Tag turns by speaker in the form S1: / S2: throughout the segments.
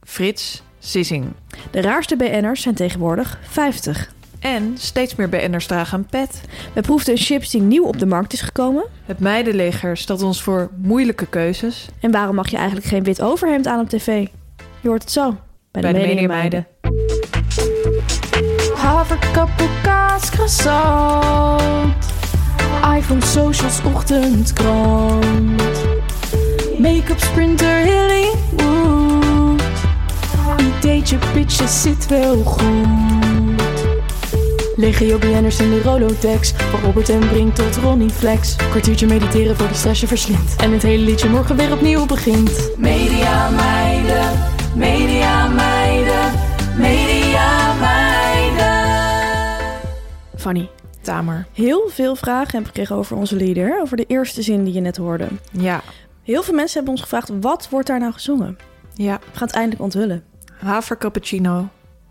S1: Frits Sissing.
S2: De raarste BN'ers zijn tegenwoordig 50.
S1: En steeds meer BN'ers dragen een pet.
S2: We proefden een chips die nieuw op de markt is gekomen.
S1: Het meidenleger stelt ons voor moeilijke keuzes
S2: En waarom mag je eigenlijk geen wit overhemd aan op tv? Je hoort het zo. Bij
S1: bij de
S2: de, Meningen
S1: meningenmeiden.
S3: Haverkappel, kaas, croissant. iPhone, socials, ochtendkrant. Make-up, sprinter, Hollywood. Ideetje, pitjes, zit wel goed. Legio BN'ers in de Rolodex. Van Robert en Brink tot Ronnie Flex. Kwartiertje mediteren voor de stress je verslindt. En het hele liedje morgen weer opnieuw begint. Media meiden, media meiden, media meiden.
S2: Fanny,
S1: Tamer.
S2: heel veel vragen hebben we gekregen over onze lieder. Over de eerste zin die je net hoorde.
S1: Ja,
S2: Heel veel mensen hebben ons gevraagd, wat wordt daar nou gezongen?
S1: ja.
S2: We gaan het eindelijk onthullen.
S1: Havercappuccino.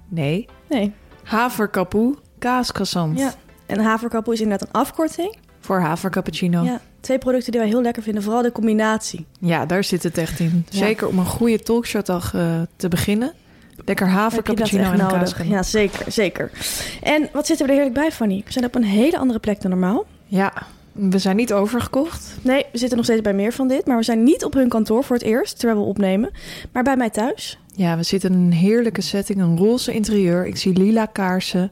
S1: Nee.
S2: Nee.
S1: Haverkapoe, kaascroissant.
S2: Ja. En haverkappel is inderdaad een afkorting.
S1: Voor havercappuccino.
S2: Ja. Twee producten die wij heel lekker vinden. Vooral de combinatie.
S1: Ja, daar zit het echt in.
S2: Ja.
S1: Zeker om een goede talkshowdag eh, te beginnen. Lekker
S2: Heb je dat
S1: havercappuccino
S2: echt
S1: en een
S2: nodig?
S1: kaascroissant.
S2: Ja, zeker, zeker. En wat zitten we er heerlijk bij, Fanny? We zijn op een hele andere plek dan normaal.
S1: Ja. we zijn niet overgekocht.
S2: Nee, we zitten nog steeds bij meer van dit. Maar we zijn niet op hun kantoor voor het eerst, terwijl we opnemen. Maar bij mij thuis.
S1: Ja, we zitten in een heerlijke setting, een roze interieur. Ik zie lila kaarsen.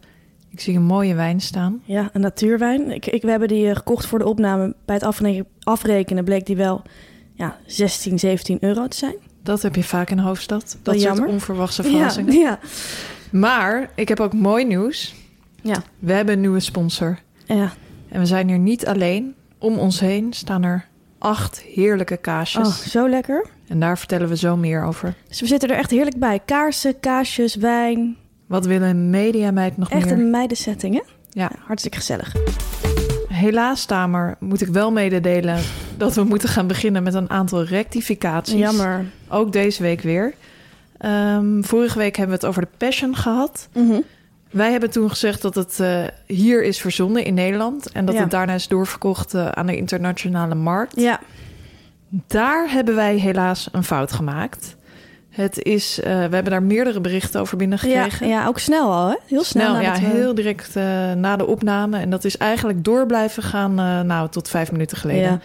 S1: Ik zie een mooie wijn staan.
S2: Ja, een natuurwijn. Ik, ik, we hebben die eh, gekocht voor de opname. Bij het afre- afrekenen bleek die wel ja, 16, 17 euro te zijn.
S1: Dat heb je vaak in de hoofdstad.
S2: Wel
S1: Dat soort
S2: jammer.
S1: onverwachte
S2: Ja,
S1: verrassingen.
S2: ja,
S1: Maar ik heb ook mooi nieuws.
S2: ja.
S1: We hebben een nieuwe sponsor.
S2: ja.
S1: En we zijn hier niet alleen. Om ons heen staan er acht heerlijke
S2: Oh,
S1: kaasjes.
S2: zo lekker.
S1: En daar vertellen we zo meer over.
S2: Dus we zitten er echt heerlijk bij. Kaarsen, kaasjes, wijn.
S1: Wat willen mediameid nog
S2: Echt
S1: meer?
S2: een meidensetting, hè?
S1: Ja.
S2: Ja, hartstikke gezellig.
S1: Helaas, Tamer, moet ik wel mededelen dat we moeten gaan beginnen met een aantal rectificaties.
S2: Jammer.
S1: Ook deze week weer. Ehm, vorige week hebben we het over de Passion gehad.
S2: Mhm.
S1: Wij hebben toen gezegd dat het eh, hier is verzonnen in Nederland. En dat
S2: Ja.
S1: het daarna is doorverkocht eh, aan de internationale markt.
S2: Ja,
S1: Daar hebben wij helaas een fout gemaakt. Het is, eh, we hebben daar meerdere berichten over
S2: ja,
S1: binnengekregen.
S2: ja, ook snel al, hè? Heel snel.
S1: Snel, ja,
S2: nadat we-
S1: heel direct eh, na de opname. En dat is eigenlijk door blijven gaan eh, nou, tot vijf minuten geleden.
S2: Ja.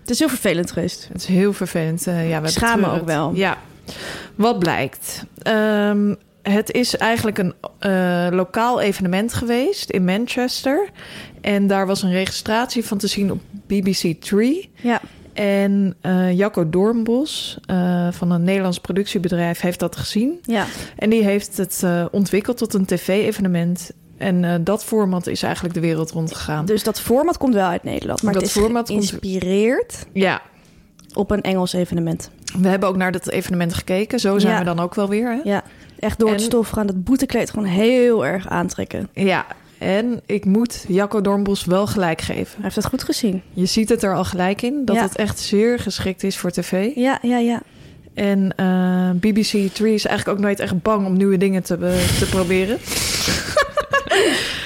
S2: Het is heel vervelend geweest.
S1: Het is heel vervelend. eh, ja, we
S2: Schamen
S1: betreuren
S2: ook
S1: het.
S2: wel.
S1: Ja. Wat blijkt? Ehm, het is eigenlijk een eh, lokaal evenement geweest in Manchester. En daar was een registratie van te zien op BBC Three.
S2: Ja,
S1: En eh, Jacco Doornbos eh, van een Nederlands productiebedrijf heeft dat gezien.
S2: ja.
S1: En die heeft het eh, ontwikkeld tot een tv-evenement. En eh, dat format is eigenlijk de wereld rondgegaan.
S2: Dus dat format komt wel uit Nederland. Maar
S1: Dat
S2: het is
S1: format komt-
S2: geïnspireerd
S1: Ja,
S2: op een Engels evenement.
S1: we hebben ook naar dat evenement gekeken. Zo zijn
S2: Ja.
S1: we dan ook wel weer. Hè?
S2: Ja, echt door het
S1: En-
S2: stof gaan. Dat boetekleed gewoon heel erg aantrekken.
S1: Ja, en ik moet Jacco Dornbos wel gelijk geven.
S2: Hij heeft dat goed gezien.
S1: Je ziet het er al gelijk in, dat
S2: Ja.
S1: het echt zeer geschikt is voor tv.
S2: Ja, ja, ja.
S1: En eh, BBC Three is eigenlijk ook nooit echt bang om nieuwe dingen te, be- te proberen.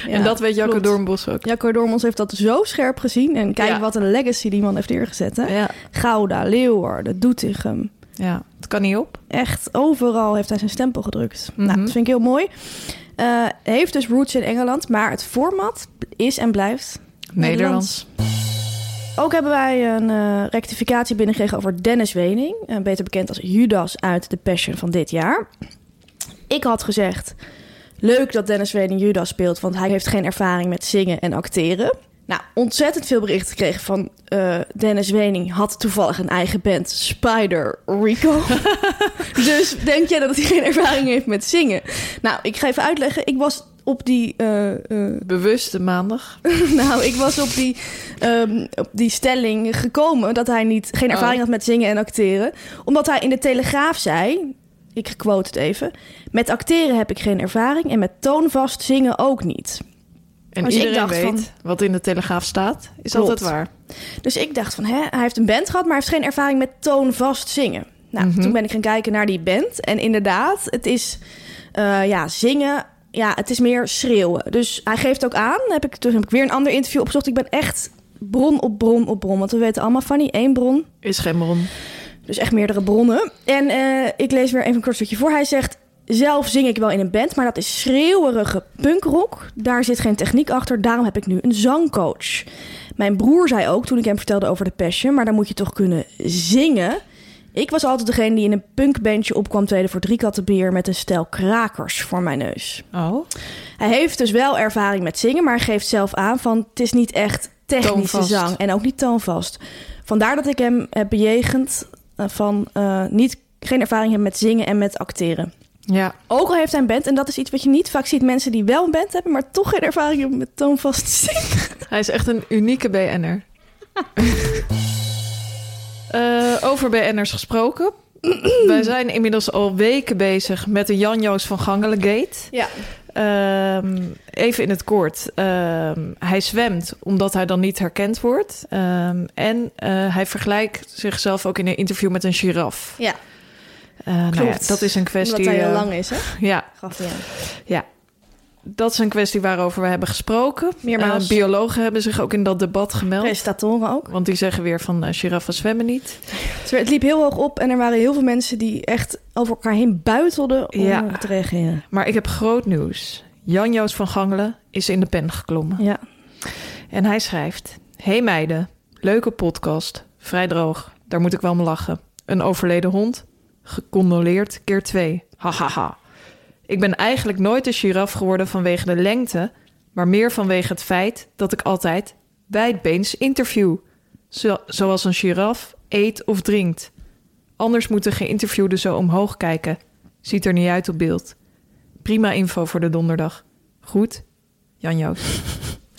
S2: Ja,
S1: en dat weet Jacco
S2: klopt.
S1: Dornbos ook.
S2: Jacco Dormans heeft dat zo scherp gezien. En kijk
S1: Ja.
S2: wat een legacy die man heeft neergezet. Hè?
S1: Ja,
S2: Gouda, Leeuwarden, Doetinchem.
S1: ja, het kan niet op.
S2: Echt, overal heeft hij zijn stempel gedrukt. Nou,
S1: Mhm.
S2: dat vind ik heel mooi. Eh, heeft dus roots in Engeland, maar het format is en blijft
S1: Nederlands.
S2: Ook hebben wij een eh, rectificatie binnengekregen over Dennis Wening. eh, beter bekend als Judas uit de Passion van dit jaar. Ik had gezegd, leuk dat Dennis Wening Judas speelt... want hij heeft geen ervaring met zingen en acteren. Nou, ontzettend veel berichten gekregen van eh, Dennis Wening. Had toevallig een eigen band, Spider Rico. dus denk jij dat hij geen ervaring heeft met zingen? Nou, ik ga even uitleggen. Ik was op die eh, eh,
S1: Bewuste maandag.
S2: nou, ik was op die, ehm, op die stelling gekomen dat hij niet, geen ervaring
S1: Oh.
S2: had met zingen en acteren. Omdat hij in de Telegraaf zei, ik quote het even... Met acteren heb ik geen ervaring en met toonvast zingen ook niet.
S1: En
S2: Dus ik
S1: iedereen
S2: dacht
S1: weet
S2: van-
S1: wat in de Telegraaf staat. Is
S2: Klopt.
S1: altijd waar.
S2: Dus ik dacht van, hè, hij heeft een band gehad, maar hij heeft geen ervaring met toonvast zingen. Nou, toen ben ik gaan kijken naar die band. En inderdaad, het is eh, ja, zingen, ja, het is meer schreeuwen. Dus hij geeft ook aan, heb ik, toen heb ik weer een ander interview opgezocht. Ik ben echt bron op bron op bron, want we weten allemaal van die één bron.
S1: Is geen bron.
S2: Dus echt meerdere bronnen. En eh, ik lees weer even een kort stukje voor. Hij zegt... Zelf zing ik wel in een band, maar dat is schreeuwerige punkrock. Daar zit geen techniek achter, daarom heb ik nu een zangcoach. Mijn broer zei ook, toen ik hem vertelde over de Passion... maar dan moet je toch kunnen zingen. Ik was altijd degene die in een punkbandje opkwam treden... voor drie katten bier met een stel krakers voor mijn neus.
S1: Oh.
S2: Hij heeft dus wel ervaring met zingen, maar geeft zelf aan van het is niet echt technische
S1: Toonvast.
S2: zang en ook niet toonvast. Vandaar dat ik hem heb bejegend eh, van eh, niet, geen ervaring hebben met zingen en met acteren.
S1: Ja.
S2: Ook al heeft hij een band, en dat is iets wat je niet vaak ziet, mensen die wel een band hebben, maar toch geen ervaring hebben met toonvast zingen.
S1: Hij is echt een unieke BN'er. Eh, over BN'ers gesproken. Wij zijn inmiddels al weken bezig met de Jan Joos van Gangelen Gate.
S2: Ja.
S1: Ehm, even in het kort. Ehm, hij zwemt omdat hij dan niet herkend wordt. Ehm, en eh, hij vergelijkt zichzelf ook in een interview met een giraf.
S2: Ja,
S1: Eh, nou ja,
S2: Klopt.
S1: dat is een
S2: omdat
S1: kwestie.
S2: hij heel
S1: eh,
S2: lang is, hè?
S1: ja,
S2: Gaf hij aan.
S1: dat is een kwestie waarover we hebben gesproken.
S2: Meermaals.
S1: Eh, biologen hebben zich ook in dat debat gemeld.
S2: Presentatoren ook.
S1: Want die zeggen weer van eh, giraffen zwemmen niet.
S2: Dus het liep heel hoog op en er waren heel veel mensen die echt over elkaar heen buitelden om
S1: Ja.
S2: op te reageren.
S1: Maar ik heb groot nieuws. Jan Joos van Gangelen is in de pen geklommen.
S2: Ja.
S1: En hij schrijft: Hey meiden, leuke podcast. Vrij droog, daar moet ik wel om lachen. Een overleden hond, gecondoleerd keer twee. Hahaha. Ik ben eigenlijk nooit een giraf geworden vanwege de lengte, maar meer vanwege het feit dat ik altijd wijdbeens interview. Zo- zoals een giraf eet of drinkt. Anders moeten geïnterviewden zo omhoog kijken. Ziet er niet uit op beeld. Prima info voor de donderdag. Goed, Jan Joost.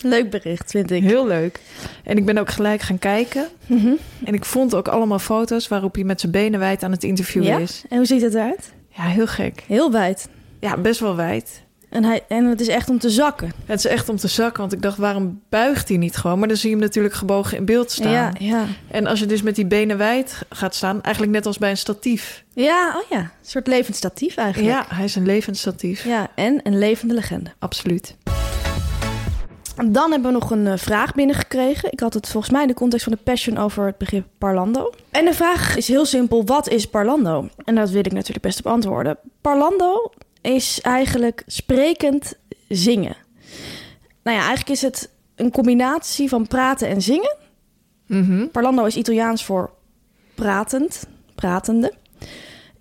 S2: Leuk bericht, vind ik.
S1: Heel leuk. En ik ben ook gelijk gaan kijken.
S2: Mhm.
S1: En ik vond ook allemaal foto's waarop hij met zijn benen wijd aan het interviewen
S2: Ja?
S1: is.
S2: En hoe ziet het eruit?
S1: Ja, heel gek.
S2: Heel wijd.
S1: Ja, best wel wijd.
S2: En, hij, en het is echt om te zakken.
S1: Het is echt om te zakken, want ik dacht, waarom buigt hij niet gewoon? Maar dan zie je hem natuurlijk gebogen in beeld staan.
S2: Ja, ja.
S1: En als je dus met die benen wijd gaat staan, eigenlijk net als bij een statief.
S2: Ja, oh ja. Een soort levend statief eigenlijk.
S1: Ja, hij is een levend statief.
S2: Ja, en een levende legende.
S1: Absoluut.
S2: En Dan hebben we nog een eh, vraag binnengekregen. Ik had het volgens mij in de context van de Passion over het begrip Parlando. En de vraag is heel simpel: wat is Parlando? En dat wil ik natuurlijk best op antwoorden. Parlando is eigenlijk sprekend zingen. Nou ja, eigenlijk is het een combinatie van praten en zingen. Parlando is Italiaans voor pratend, pratende.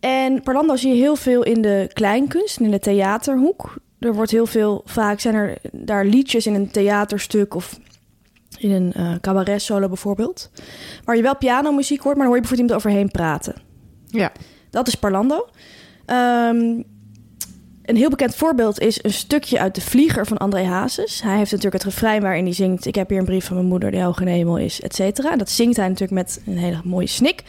S2: En Parlando zie je heel veel in de kleinkunst, in de theaterhoek. Er wordt heel veel, vaak zijn er daar liedjes in een theaterstuk of in een eh, cabaret solo bijvoorbeeld. Waar je wel pianomuziek hoort, maar dan hoor je bijvoorbeeld iemand overheen praten.
S1: Ja.
S2: Dat is Parlando. Ehm, een heel bekend voorbeeld is een stukje uit De Vlieger van André Hazes. Hij heeft natuurlijk het refrein waarin hij zingt... Ik heb hier een brief van mijn moeder die hoog in de hemel is, et cetera. En Dat zingt hij natuurlijk met een hele mooie snik.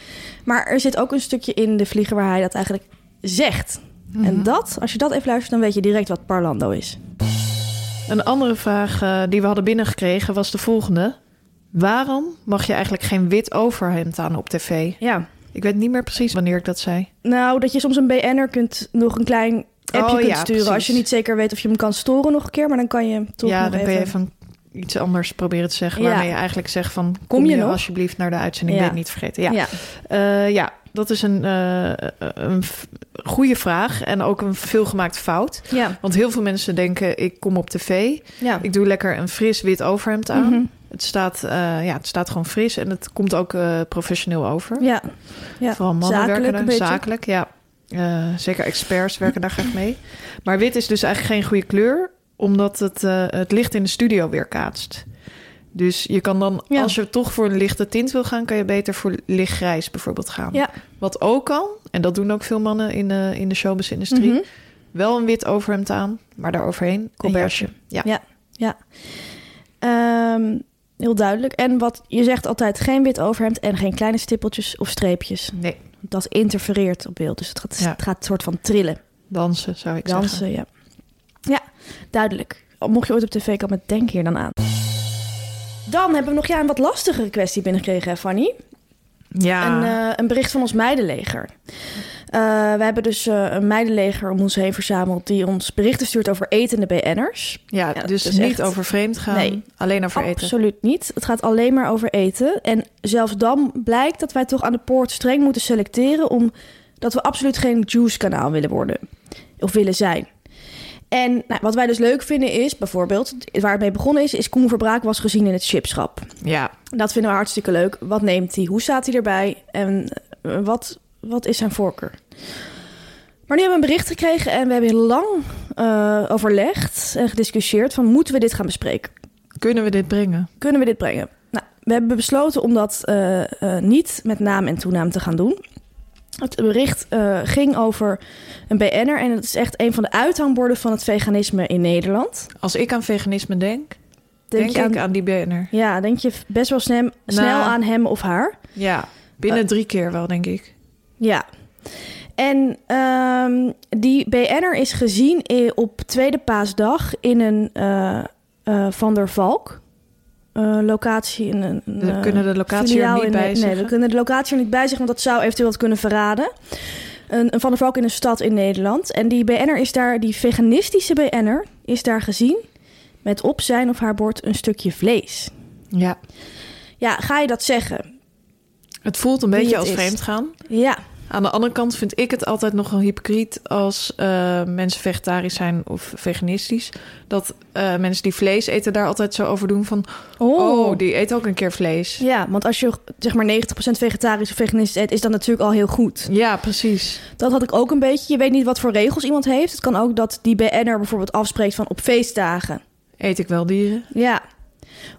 S2: Maar er zit ook een stukje in De Vlieger waar hij dat eigenlijk zegt.
S1: Mhm.
S2: En dat, als je dat even luistert, dan weet je direct wat Parlando is.
S1: Een andere vraag eh, die we hadden binnengekregen was de volgende. Waarom mag je eigenlijk geen wit overhemd aan op tv?
S2: Ja.
S1: Ik weet niet meer precies wanneer ik dat zei.
S2: Nou, dat je soms een BN'er kunt, nog een klein appje
S1: Oh,
S2: kunt
S1: ja,
S2: sturen... als je
S1: precies.
S2: niet zeker weet of je hem kan storen nog een keer. Maar dan kan je hem toch
S1: ja,
S2: nog
S1: dan kun je even iets anders proberen te zeggen.
S2: Ja.
S1: Waarmee je eigenlijk zegt van... Kom, je,
S2: je nog?
S1: alsjeblieft naar de uitzending,
S2: Ja.
S1: dit niet vergeten. Ja,
S2: ja.
S1: Eh, ja dat is een, eh, een f- goede vraag en ook een veelgemaakt fout.
S2: Ja.
S1: Want heel veel mensen denken, ik kom op tv.
S2: ja.
S1: Ik doe lekker een fris wit overhemd aan.
S2: Mhm.
S1: het, staat, eh, ja, het staat gewoon fris en het komt ook eh, professioneel over.
S2: Ja. ja.
S1: Vooral mannen
S2: Zakelijk
S1: werken
S2: een
S1: daar.
S2: beetje.
S1: Zakelijk, ja. Eh, zeker experts werken daar graag mee. Maar wit is dus eigenlijk geen goede kleur, omdat het eh, het licht in de studio weerkaatst. Dus je kan dan,
S2: Ja.
S1: als je toch voor een lichte tint wil gaan, kan je beter voor lichtgrijs bijvoorbeeld gaan.
S2: Ja.
S1: Wat ook kan, en dat doen ook veel mannen in de, in de showbiz-industrie,
S2: Mhm.
S1: wel een wit overhemd aan, maar daaroverheen een
S2: Colbertje.
S1: jasje. Ja.
S2: Ja. Ehm, heel duidelijk. En wat je zegt altijd, geen wit overhemd en geen kleine stippeltjes of streepjes.
S1: Nee,
S2: Dat interfereert op beeld, dus het gaat,
S1: Ja.
S2: het gaat een soort van trillen.
S1: dansen zou ik zeggen.
S2: Dansen, ja. Ja, duidelijk. Mocht je ooit op tv komen, denk hier dan aan. Dan hebben we nog ja, een wat lastigere kwestie binnengekregen, hè, Fanny.
S1: Ja.
S2: Een, eh, een bericht van ons meidenleger. Eh, we hebben dus eh, een meidenleger om ons heen verzameld... die ons berichten stuurt over etende BN'ers.
S1: ja,
S2: ja,
S1: dus
S2: dat is
S1: niet
S2: echt-
S1: over vreemd gaan,
S2: Nee.
S1: alleen over eten.
S2: Absoluut niet. Het gaat alleen maar over eten. En zelfs dan blijkt dat wij toch aan de poort streng moeten selecteren... omdat we absoluut geen juice-kanaal willen worden. Of willen zijn. En nou, wat wij dus leuk vinden is, bijvoorbeeld... waar het mee begonnen is, is Koen Verbraak was gezien in het chipschap.
S1: Ja,
S2: Dat vinden we hartstikke leuk. Wat neemt hij? Hoe staat hij erbij? En eh, wat, wat is zijn voorkeur? Maar nu hebben we een bericht gekregen en we hebben heel lang eh, overlegd en gediscussieerd van moeten we dit gaan bespreken?
S1: kunnen we dit brengen?
S2: Kunnen we dit brengen? Nou, we hebben besloten om dat eh, eh, niet met naam en toenaam te gaan doen. Het bericht eh, ging over een BN'er en het is echt een van de uithangborden van het veganisme in Nederland.
S1: Als ik aan veganisme denk,
S2: Denk,
S1: denk,
S2: je aan,
S1: ik aan die banner.
S2: Ja, denk je best wel snel, snel aan hem of haar.
S1: Ja, binnen
S2: Oh.
S1: drie keer wel, denk ik.
S2: Ja. En ehm, die BN'er is gezien i- op tweede paasdag in een eh, eh, Van der Valk. eh, locatie in een. een,
S1: We
S2: eh,
S1: kunnen de locatie er
S2: filiaal
S1: niet
S2: in-
S1: bij
S2: Nee, we
S1: zeggen.
S2: kunnen de locatie er niet bij zeggen, want dat zou eventueel wat kunnen verraden. Een, een Van der Valk in een stad in Nederland. En die BN'er is daar, die veganistische BN'er, is daar gezien met op zijn of haar bord een stukje vlees.
S1: Ja.
S2: Ja, ga je dat zeggen?
S1: Het voelt een
S2: Wie
S1: beetje
S2: het
S1: als
S2: is.
S1: vreemd gaan.
S2: Ja.
S1: Aan de andere kant vind ik het altijd nogal hypocriet als eh, mensen vegetarisch zijn of veganistisch. Dat eh, mensen die vlees eten daar altijd zo over doen van... Oh, die eet ook een keer vlees.
S2: Ja, want als je zeg maar 90% vegetarisch of veganistisch eet, is dat natuurlijk al heel goed.
S1: Ja, precies.
S2: Dat had ik ook een beetje. Je weet niet wat voor regels iemand heeft. Het kan ook dat die BN'er bijvoorbeeld afspreekt van op feestdagen.
S1: Eet ik wel dieren?
S2: Ja.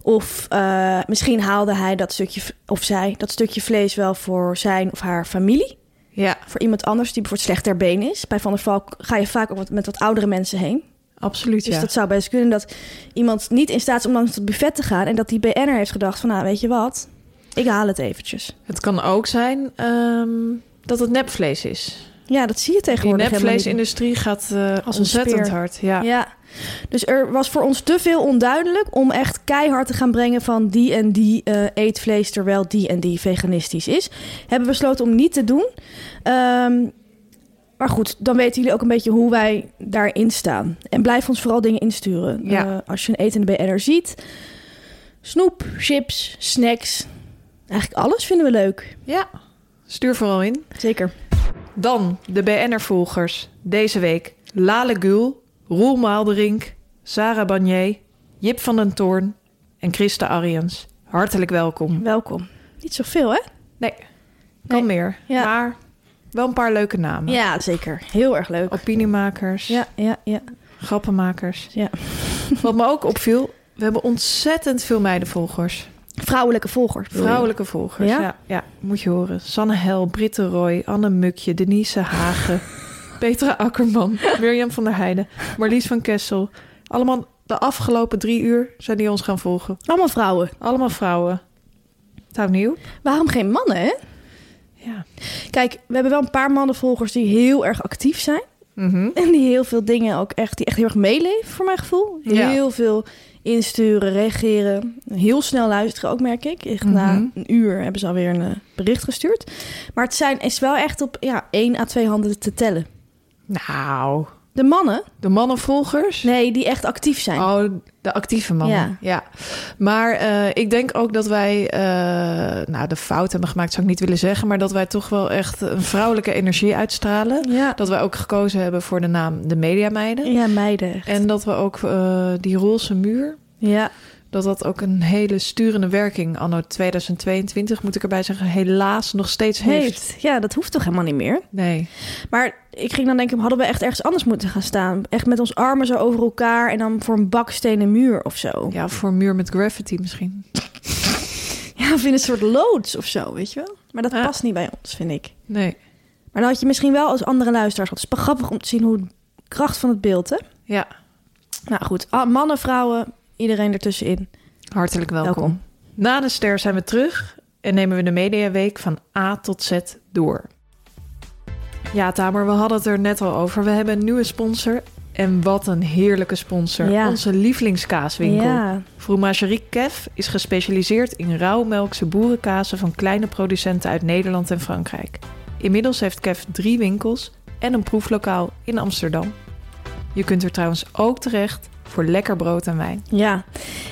S2: Of eh, misschien haalde hij dat stukje, v- of zij, dat stukje vlees wel voor zijn of haar familie.
S1: Ja,
S2: Voor iemand anders die bijvoorbeeld slecht ter been is. Bij Van der Valk ga je vaak ook wat- met wat oudere mensen heen.
S1: absoluut
S2: Dus
S1: ja.
S2: dat zou best kunnen dat iemand niet in staat is om langs het buffet te gaan. En dat die BN'er heeft gedacht van, nou weet je wat, ik haal het eventjes.
S1: Het kan ook zijn ehm, dat het nepvlees is.
S2: Ja, dat zie je
S1: Die
S2: tegenwoordig helemaal niet.
S1: nepvleesindustrie gaat eh,
S2: Als een
S1: ontzettend
S2: speer.
S1: hard. Ja.
S2: Ja. Dus er was voor ons te veel onduidelijk om echt keihard te gaan brengen van die en die eh, eet vlees terwijl die en die veganistisch is. Hebben we besloten om niet te doen. Ehm, maar goed, dan weten jullie ook een beetje hoe wij daarin staan. En blijf ons vooral dingen insturen.
S1: Ja.
S2: Eh, als je een etende BN'er ziet. Snoep, chips, snacks. Eigenlijk alles vinden we leuk.
S1: ja, stuur vooral in.
S2: Zeker.
S1: Dan de BN'er-volgers. Deze week Lale Gul, Roel Maalderink, Sarah Bagné, Jip van den Toorn en Christa Ariens. Hartelijk welkom.
S2: Welkom. Niet zoveel, hè?
S1: Nee, kan
S2: Nee.
S1: meer.
S2: Ja.
S1: Maar wel een paar leuke namen.
S2: Ja, zeker. Heel erg leuk.
S1: Opiniemakers,
S2: Ja, ja, ja.
S1: grappenmakers.
S2: ja.
S1: Wat me ook opviel, we hebben ontzettend veel meidenvolgers.
S2: Vrouwelijke volgers. bedoel je?
S1: Vrouwelijke volgers,
S2: Ja?
S1: ja. ja. moet je horen. Sanne Hel, Britte Roy, Anne Mukje, Denise Hagen, Petra Akkerman, Mirjam van der Heijden, Marlies van Kessel. Allemaal de afgelopen drie uur zijn die ons gaan volgen.
S2: Allemaal vrouwen.
S1: Allemaal vrouwen. Het houdt niet op.
S2: Waarom geen mannen, hè?
S1: Ja.
S2: Kijk, we hebben wel een paar mannenvolgers die heel erg actief zijn.
S1: Mhm.
S2: En die heel veel dingen ook echt, die echt heel erg meeleven, voor mijn gevoel.
S1: Ja.
S2: Heel veel insturen, reageren. Heel snel luisteren ook, merk ik. Echt na
S1: Mhm.
S2: een uur hebben ze alweer een eh, bericht gestuurd. Maar het zijn, is wel echt op ja, één à twee handen te tellen.
S1: Nou,
S2: De mannen,
S1: de mannenvolgers.
S2: nee, die echt actief zijn.
S1: Oh, de actieve mannen.
S2: Ja.
S1: Ja. Maar eh, ik denk ook dat wij, eh, nou, de fout hebben gemaakt, zou ik niet willen zeggen, maar dat wij toch wel echt een vrouwelijke energie uitstralen.
S2: Ja.
S1: Dat wij ook gekozen hebben voor de naam de Mediameiden.
S2: ja, meiden. echt.
S1: En dat we ook eh, die roze muur,
S2: ja.
S1: dat dat ook een hele sturende werking anno 2022, moet ik erbij zeggen, helaas nog steeds heeft.
S2: Heeft. Ja, dat hoeft toch helemaal niet meer?
S1: Nee.
S2: Maar ik ging dan denken, hadden we echt ergens anders moeten gaan staan? Echt met ons armen zo over elkaar en dan voor een bakstenen muur of zo.
S1: Ja, voor een muur met graffiti misschien.
S2: Ja, of in een soort loods of zo, weet je wel? Maar dat
S1: Ja.
S2: past niet bij ons, vind ik.
S1: Nee.
S2: Maar dan had je misschien wel als andere luisteraars... want Het is wel grappig om te zien hoe de kracht van het beeld, hè?
S1: Ja,
S2: Nou goed, ah, mannen, vrouwen, iedereen ertussenin.
S1: hartelijk welkom.
S2: Welkom.
S1: Na de ster zijn we terug en nemen we de mediaweek van A tot Z door. Ja, Tamer, we hadden het er net al over. We hebben een nieuwe sponsor. En wat een heerlijke sponsor.
S2: Ja.
S1: Onze lievelingskaaswinkel.
S2: Ja,
S1: Fromagerie Kef is gespecialiseerd in rauwmelkse boerenkazen van kleine producenten uit Nederland en Frankrijk. Inmiddels heeft Kef drie winkels en een proeflokaal in Amsterdam. Je kunt er trouwens ook terecht voor lekker brood en wijn.
S2: ja.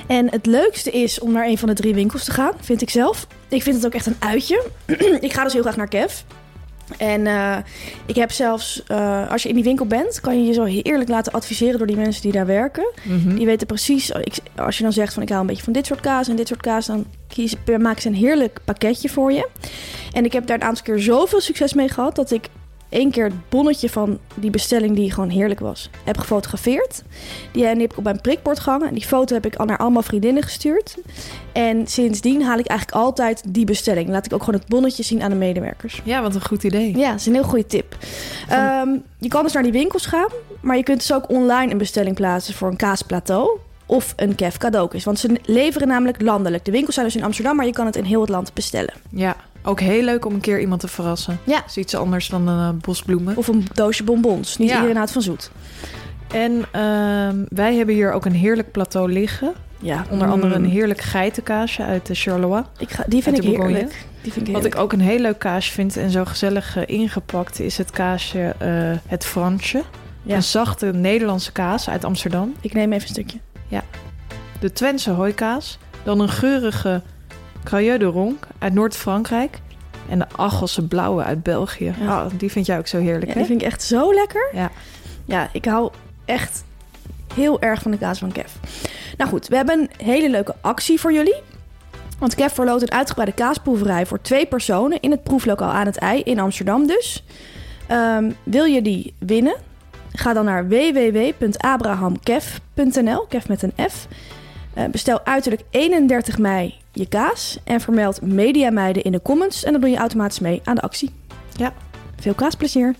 S2: En het leukste is om naar een van de drie winkels te gaan, vind ik zelf. Ik vind het ook echt een uitje. ik ga dus heel graag naar Kev. En eh, ik heb zelfs, eh, als je in die winkel bent, kan je je zo heerlijk laten adviseren door die mensen die daar werken. Die weten precies, oh, ik- als je dan zegt van ik hou een beetje van dit soort kaas en dit soort kaas, dan kies, maken ze een heerlijk pakketje voor je. En ik heb daar een aantal keer zoveel succes mee gehad dat ik één keer het bonnetje van die bestelling die gewoon heerlijk was, heb gefotografeerd. Die, en die heb ik op mijn prikbord gehangen. En die foto heb ik al naar allemaal vriendinnen gestuurd. En sindsdien haal ik eigenlijk altijd die bestelling. Laat ik ook gewoon het bonnetje zien aan de medewerkers.
S1: Ja, wat een goed idee.
S2: Ja, dat is een heel goede tip. Ehm, je kan dus naar die winkels gaan, maar je kunt dus ook online een bestelling plaatsen voor een kaasplateau of een kef cadeaukes. Want ze leveren namelijk landelijk. De winkels zijn dus in Amsterdam, maar je kan het in heel het land bestellen.
S1: Ja, ook heel leuk om een keer iemand te verrassen.
S2: Ja.
S1: Dat is iets anders dan een eh, bosbloemen.
S2: Of een doosje bonbons. Niet
S1: Ja.
S2: iedereen houdt van zoet.
S1: En ehm, wij hebben hier ook een heerlijk plateau liggen.
S2: Ja,
S1: Onder andere een
S2: mm,
S1: heerlijk geitenkaasje uit de Charleroi.
S2: Ik ga, die vind
S1: uit
S2: ik
S1: de Bourgogne.
S2: heerlijk. Die vind ik
S1: Wat
S2: heerlijk.
S1: ik ook een heel leuk kaasje vind en zo gezellig eh, ingepakt is het kaasje eh, het Fransje.
S2: Ja.
S1: Een zachte Nederlandse kaas uit Amsterdam.
S2: Ik neem even een stukje.
S1: De Twentse hooikaas. Dan een geurige Crayeux de Ronk uit Noord-Frankrijk. En de Achelse Blauwe uit België.
S2: Ja.
S1: Ah, die vind jij ook zo heerlijk,
S2: Ja,
S1: hè?
S2: die vind ik echt zo lekker.
S1: Ja.
S2: Ja, ik hou echt heel erg van de kaas van Kev. Nou goed, we hebben een hele leuke actie voor jullie. Want Kev verloot een uitgebreide kaasproeverij voor twee personen in het proeflokaal aan het IJ in Amsterdam dus. Ehm, wil je die winnen? Ga dan naar www.abrahamkev.nl, Kev met een F. Eh, bestel uiterlijk 31 mei je kaas en vermeld Media Meiden in de comments. En dan doe je automatisch mee aan de actie.
S1: Ja.
S2: Veel kaasplezier!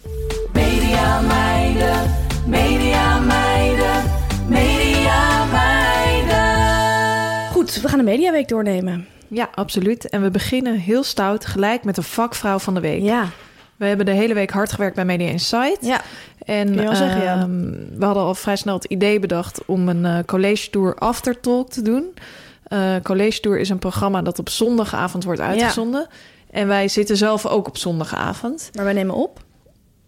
S2: Goed, we gaan de Mediaweek doornemen.
S1: Ja, absoluut. En we beginnen heel stout gelijk met de vakvrouw van de week.
S2: Ja,
S1: We hebben de hele week hard gewerkt bij Media Insight.
S2: ja.
S1: En
S2: Kun je wel zeggen, ja.
S1: ehm, we hadden al vrij snel het idee bedacht om een eh, college tour after talk te doen. Eh, college tour is een programma dat op zondagavond wordt uitgezonden. En wij zitten zelf ook op zondagavond
S2: maar we nemen op.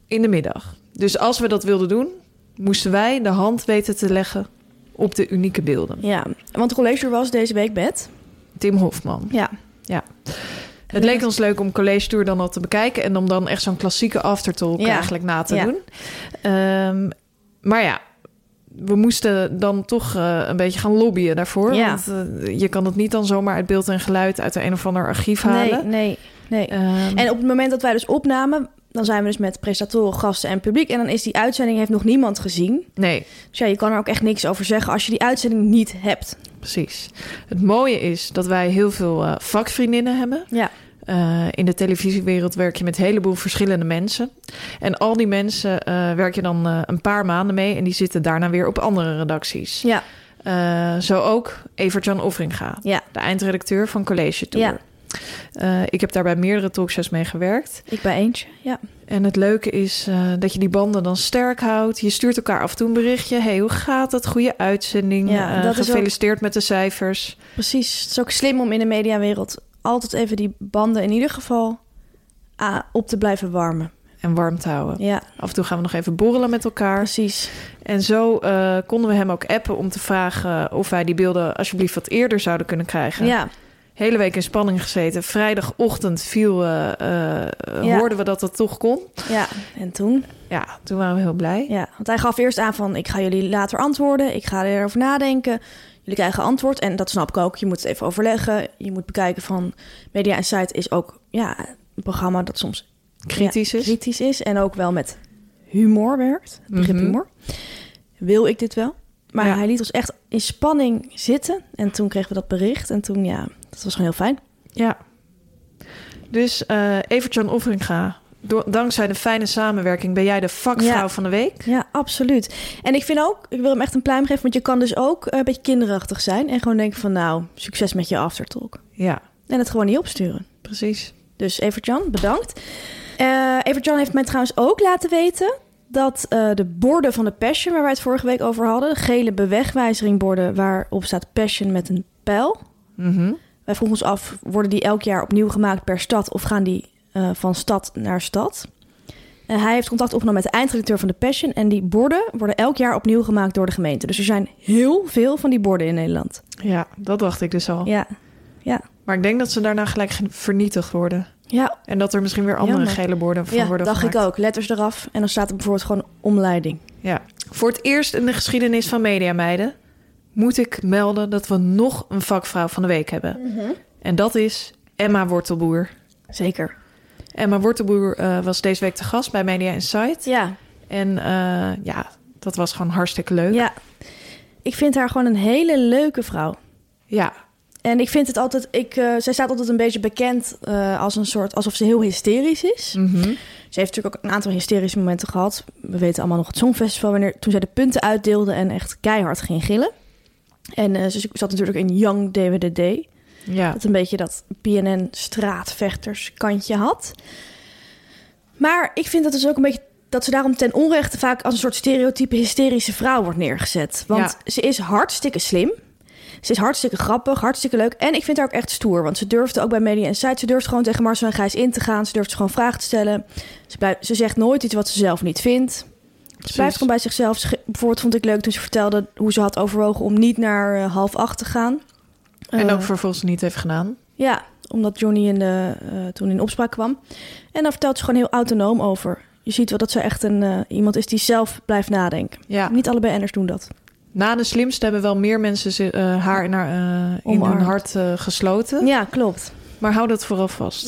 S1: in de middag. Dus als we dat wilden doen, moesten wij de hand weten te leggen op de unieke beelden.
S2: Ja, want de college tour was deze week bed.
S1: Tim Hofman.
S2: Ja,
S1: Ja. Het leek ons leuk om college tour dan al te bekijken en om dan echt zo'n klassieke aftertalk
S2: Ja.
S1: eigenlijk na te
S2: Ja.
S1: doen. Ehm, maar ja, we moesten dan toch eh, een beetje gaan lobbyen daarvoor.
S2: Ja.
S1: Want eh, je kan het niet dan zomaar uit beeld en geluid uit een of ander archief halen.
S2: nee, nee, nee.
S1: Ehm,
S2: En op het moment dat wij dus opnamen, dan zijn we dus met presentatoren, gasten en publiek. En dan is die uitzending, heeft nog niemand gezien.
S1: nee,
S2: Dus ja, je kan er ook echt niks over zeggen als je die uitzending niet hebt.
S1: precies. Het mooie is dat wij heel veel eh, vakvriendinnen hebben.
S2: Ja,
S1: Eh, in de televisiewereld werk je met een heleboel verschillende mensen. En al die mensen eh, werk je dan eh, een paar maanden mee. En die zitten daarna weer op andere redacties.
S2: ja,
S1: Eh, zo ook Evert-Jan Offringa,
S2: ja,
S1: de eindredacteur van College Tour.
S2: ja.
S1: Eh, ik heb daar bij meerdere talkshows mee gewerkt.
S2: Ik bij eentje, ja.
S1: En het leuke is eh, dat je die banden dan sterk houdt. Je stuurt elkaar af en toe een berichtje. hey, hoe gaat het? Goede uitzending.
S2: Ja,
S1: Eh,
S2: dat is ook-
S1: gefeliciteerd met de cijfers.
S2: Precies. Het is ook slim om in de mediawereld altijd even die banden in ieder geval ah, op te blijven warmen.
S1: En warm te houden.
S2: Ja,
S1: Af en toe gaan we nog even borrelen met elkaar.
S2: precies.
S1: En zo eh, konden we hem ook appen om te vragen of wij die beelden alsjeblieft wat eerder zouden kunnen krijgen.
S2: Ja,
S1: Hele week in spanning gezeten. Vrijdagochtend viel, eh, eh,
S2: Ja.
S1: hoorden we dat dat toch kon.
S2: ja. En toen?
S1: Ja, toen waren we heel blij.
S2: Ja, want hij gaf eerst aan van... ik ga jullie later antwoorden, ik ga erover nadenken. jullie krijgen antwoord. En dat snap ik ook. Je moet het even overleggen. Je moet bekijken van Media en Site is ook ja, een programma dat soms
S1: Kritisch
S2: ja,
S1: is.
S2: kritisch is. En ook wel met humor werkt. Het begrip
S1: Mhm.
S2: humor. Wil ik dit wel? Maar
S1: Ja.
S2: hij liet ons echt in spanning zitten. En toen kregen we dat bericht. En toen, ja, dat was gewoon heel fijn.
S1: Ja. Dus eh Evert-Jan Oefringa, door- dankzij de fijne samenwerking ben jij de vakvrouw
S2: Ja.
S1: van de week.
S2: Ja, absoluut. En ik vind ook, ik wil hem echt een pluim geven, want je kan dus ook eh, een beetje kinderachtig zijn en gewoon denken van nou, succes met je aftertalk.
S1: Ja,
S2: En het gewoon niet opsturen.
S1: precies.
S2: Dus Evert-Jan, bedankt. Eh Evert-Jan heeft mij trouwens ook laten weten dat eh, de borden van de Passion, waar wij het vorige week over hadden, de gele bewegwijzeringborden waarop staat Passion met een pijl.
S1: Mhm.
S2: Wij vroegen ons af, worden die elk jaar opnieuw gemaakt per stad of gaan die eh, van stad naar stad? En hij heeft contact opgenomen met de eindredacteur van de Passion en die borden worden elk jaar opnieuw gemaakt door de gemeente. Dus er zijn heel veel van die borden in Nederland.
S1: Ja, dat dacht ik dus al.
S2: Ja,
S1: Maar ik denk dat ze daarna gelijk gen- vernietigd worden.
S2: ja,
S1: En dat er misschien weer andere
S2: Jammer.
S1: gele borden van
S2: ja
S1: worden
S2: dacht ik
S1: gemaakt.
S2: ook. Letters eraf en dan staat er bijvoorbeeld gewoon omleiding.
S1: Ja. Voor het eerst in de geschiedenis van Mediameiden moet ik melden dat we nog een vakvrouw van de week hebben.
S2: Mhm.
S1: En dat is Emma Wortelboer.
S2: Zeker.
S1: Emma Wortelboer eh, was deze week te gast bij Media Insight.
S2: Ja,
S1: En eh, ja, dat was gewoon hartstikke leuk.
S2: ja. Ik vind haar gewoon een hele leuke vrouw.
S1: Ja,
S2: En ik vind het altijd, ik, eh, zij staat altijd een beetje bekend eh, als een soort, alsof ze heel hysterisch is.
S1: Mhm.
S2: Ze heeft natuurlijk ook een aantal hysterische momenten gehad. We weten allemaal nog het Songfestival, wanneer, toen zij de punten uitdeelde en echt keihard ging gillen. En eh, ze zat natuurlijk in Young DWDD,
S1: ja.
S2: dat een beetje dat BNN-straatvechterskantje had. Maar ik vind dat dus ook een beetje dat ze daarom ten onrechte vaak als een soort stereotype hysterische vrouw wordt neergezet. Want ze is hartstikke slim. Ze is hartstikke grappig, hartstikke leuk. En ik vind haar ook echt stoer. Want ze durfde ook bij Media Insight. Ze durft gewoon tegen Marcel en Gijs in te gaan. Ze durft gewoon vragen te stellen. Ze, blijft, ze zegt nooit iets wat ze zelf niet vindt. Ze blijft gewoon bij zichzelf. Ze ge- Bijvoorbeeld vond ik leuk toen ze vertelde hoe ze had overwogen om niet naar eh, half acht te gaan.
S1: En
S2: Eh,
S1: ook vervolgens niet heeft gedaan.
S2: ja, omdat Johnny in de, eh, toen in opspraak kwam. En daar vertelt ze gewoon heel autonoom over. Je ziet wel dat ze echt een, eh, iemand is die zelf blijft nadenken.
S1: Ja.
S2: Niet alle BN'ers doen dat.
S1: Na de slimste hebben wel meer mensen ze- eh, haar in, haar, eh, in hun
S2: Omarmd.
S1: hart eh, gesloten.
S2: Ja, klopt.
S1: Maar hou dat vooral vast.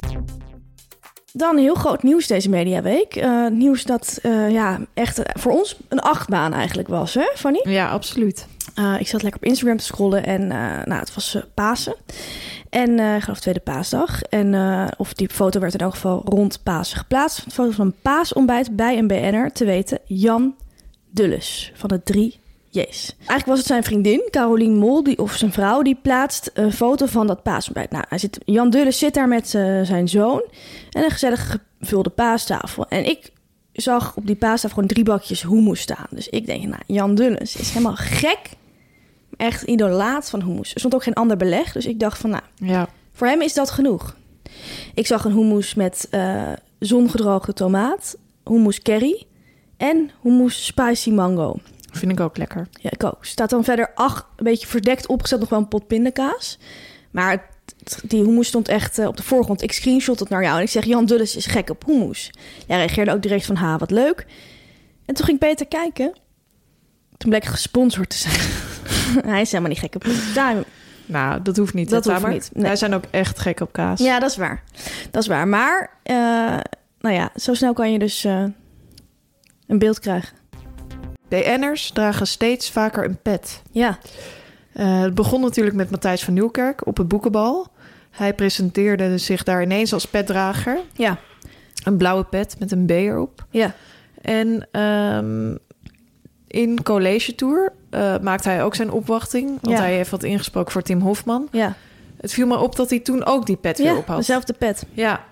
S2: Dan heel groot nieuws deze mediaweek. Eh, nieuws dat eh, ja, echt eh, voor ons een achtbaan eigenlijk was, hè Fanny?
S1: Ja, absoluut.
S2: Eh, ik zat lekker op Instagram te scrollen en eh, nou, het was eh, Pasen. En eh, ik geloof tweede paasdag. En, eh, of die foto werd in elk geval rond Pasen geplaatst. Een foto van een paasontbijt bij een BN'er, te weten Jan Dulles van de 3 J's. Eigenlijk was het zijn vriendin, Caroline Mol, die, of zijn vrouw, die plaatst een foto van dat paasontbijt. Nou, hij zit, Jan Dulles zit daar met eh, zijn zoon en een gezellig gevulde paastafel. En ik zag op die paastafel gewoon drie bakjes hummus staan. Dus ik denk, nou, Jan Dulles is helemaal gek. Echt idolaat van hummus. Er stond ook geen ander beleg, dus ik dacht van, nou,
S1: Ja.
S2: voor hem is dat genoeg. Ik zag een hummus met eh, zongedroogde tomaat, hummus curry en hummus spicy mango.
S1: Vind ik ook lekker.
S2: Ja, ik ook. Staat dan verder ach, een beetje verdekt opgezet nog wel een pot pindakaas. Maar het- het- die hummus stond echt eh, op de voorgrond. Ik screenshot het naar jou en ik zeg... Jan Dulles is gek op hummus. Jij reageerde ook direct van... Ha, wat leuk. En toen ging Peter kijken. Toen bleek gesponsord te zijn. Hij is helemaal niet gek op hummus. Daarom-
S1: Nou, dat hoeft niet.
S2: Dat
S1: hè,
S2: hoeft
S1: Tamer?
S2: niet, nee.
S1: Wij zijn ook echt gek op kaas.
S2: Ja, dat is waar. Dat is waar. Maar, eh, nou ja, zo snel kan je dus eh, een beeld krijgen.
S1: BN'ers dragen steeds vaker een pet.
S2: Ja,
S1: Eh, het begon natuurlijk met Matthijs van Nieuwkerk op het boekenbal. Hij presenteerde zich daar ineens als petdrager.
S2: ja,
S1: Een blauwe pet met een B erop.
S2: ja.
S1: En ehm, in College Tour eh, maakt hij ook zijn opwachting. Want
S2: Ja.
S1: hij heeft wat ingesproken voor Tim Hofman.
S2: Ja,
S1: Het viel me op dat hij toen ook die pet weer
S2: ja
S1: op had.
S2: dezelfde pet.
S1: Ja.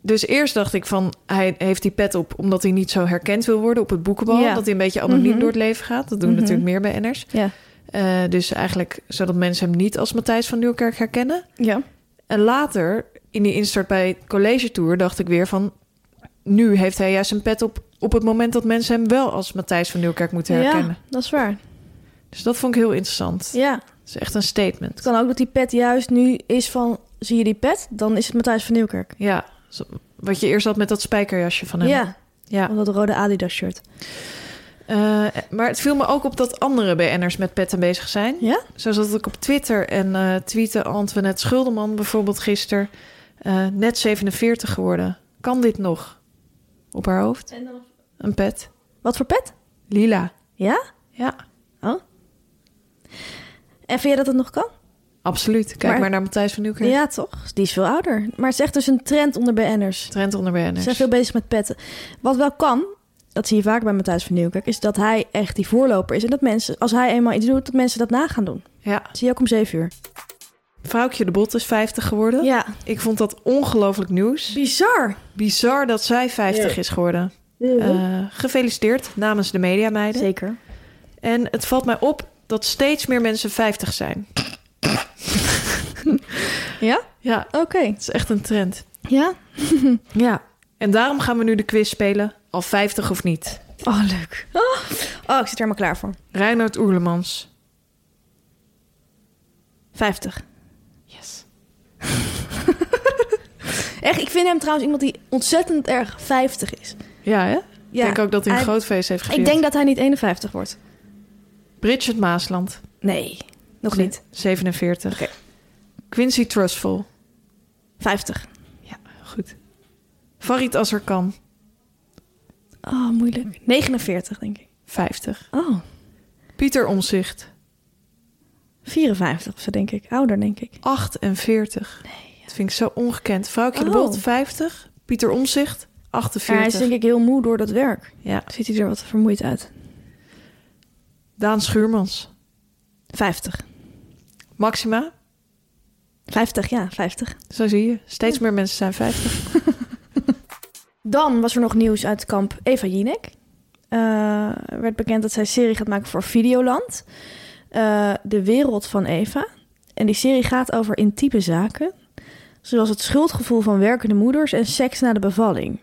S1: Dus eerst dacht ik van, hij heeft die pet op... omdat hij niet zo herkend wil worden op het boekenbal.
S2: Ja.
S1: Dat hij een beetje anoniem
S2: Mhm.
S1: door het leven gaat. Dat doen
S2: Mhm.
S1: natuurlijk meer BN'ers.
S2: Ja,
S1: Eh dus eigenlijk zodat mensen hem niet als Matthijs van Nieuwkerk herkennen.
S2: ja.
S1: En later, in die instart bij College Tour, dacht ik weer van... nu heeft hij juist een pet op op het moment dat mensen hem wel als Matthijs van Nieuwkerk moeten herkennen.
S2: Ja, dat is waar.
S1: Dus dat vond ik heel interessant.
S2: Ja,
S1: Het is echt een statement.
S2: het kan ook dat die pet juist nu is van... Zie je die pet? Dan is het Matthijs van Nieuwkerk.
S1: Ja, zo- wat je eerst had met dat spijkerjasje van hem.
S2: Ja,
S1: Ja.
S2: van dat rode Adidas shirt.
S1: Eh, maar het viel me ook op dat andere BN'ers met petten bezig zijn.
S2: Ja?
S1: Zo zat ik op Twitter en eh tweette Antoinette Schuldeman bijvoorbeeld gisteren. eh, net 47 geworden. Kan dit nog? Op haar hoofd. Een pet.
S2: Wat voor pet?
S1: Lila.
S2: Ja?
S1: Ja,
S2: Oh. En vind je dat het nog kan?
S1: absoluut. Kijk maar,
S2: Maar-
S1: naar Matthijs van Nieuwkerk.
S2: Ja, toch? Die is veel ouder. Maar het is echt dus een trend onder BN'ers.
S1: Trend onder
S2: Ze
S1: BN'ers.
S2: zijn veel bezig met petten. Wat wel kan, dat zie je vaak bij Matthijs van Nieuwkerk... is dat hij echt die voorloper is. En dat mensen, als hij eenmaal iets doet, dat mensen dat na gaan doen.
S1: Ja.
S2: Dat zie je ook om zeven uur.
S1: Vrouwtje de Bot is 50 geworden.
S2: Ja.
S1: Ik vond dat ongelooflijk nieuws.
S2: Bizar.
S1: Bizar dat zij 50 is geworden. Eh, gefeliciteerd namens de mediameiden.
S2: Zeker.
S1: En het valt mij op dat steeds meer mensen 50 zijn.
S2: Ja?
S1: Ja,
S2: Oké.
S1: het is echt een trend.
S2: Ja?
S1: Ja. En daarom gaan we nu de quiz spelen. Al 50 of niet.
S2: Oh, leuk. Oh, ik zit er helemaal klaar voor.
S1: Reinhard Oerlemans.
S2: 50.
S1: Yes.
S2: Echt, ik vind hem trouwens iemand die ontzettend erg 50 is.
S1: Ja, hè? Ik
S2: Ja,
S1: denk ook dat hij een
S2: hij-
S1: groot feest heeft gevierd.
S2: Ik denk dat hij niet 51 wordt.
S1: Bridget Maasland.
S2: Nee, nog niet.
S1: 47. Quincy Trustful.
S2: 50.
S1: Ja, goed. Farid Azarkan.
S2: Oh, moeilijk. 49, denk ik.
S1: 50.
S2: Oh,
S1: Pieter Omzicht.
S2: 54 of zo, denk ik. Ouder, denk ik.
S1: 48. Dat vind ik zo ongekend. Vrouwtje de
S2: Oh.
S1: Bot, 50. Pieter Omzicht,
S2: Maar
S1: 48.
S2: hij is denk ik heel moe door dat werk.
S1: Ja.
S2: Ziet hij er wat vermoeid uit.
S1: Daan Schuurmans.
S2: 50.
S1: Maxima,
S2: 50, ja, 50.
S1: zo zie je. Steeds meer mensen zijn 50.
S2: Dan was er nog nieuws uit kamp Eva Jinek. Eh, Er werd bekend dat zij een serie gaat maken voor Videoland. Eh, de wereld van Eva. En die serie gaat over intieme zaken. Zoals het schuldgevoel van werkende moeders en seks na de bevalling.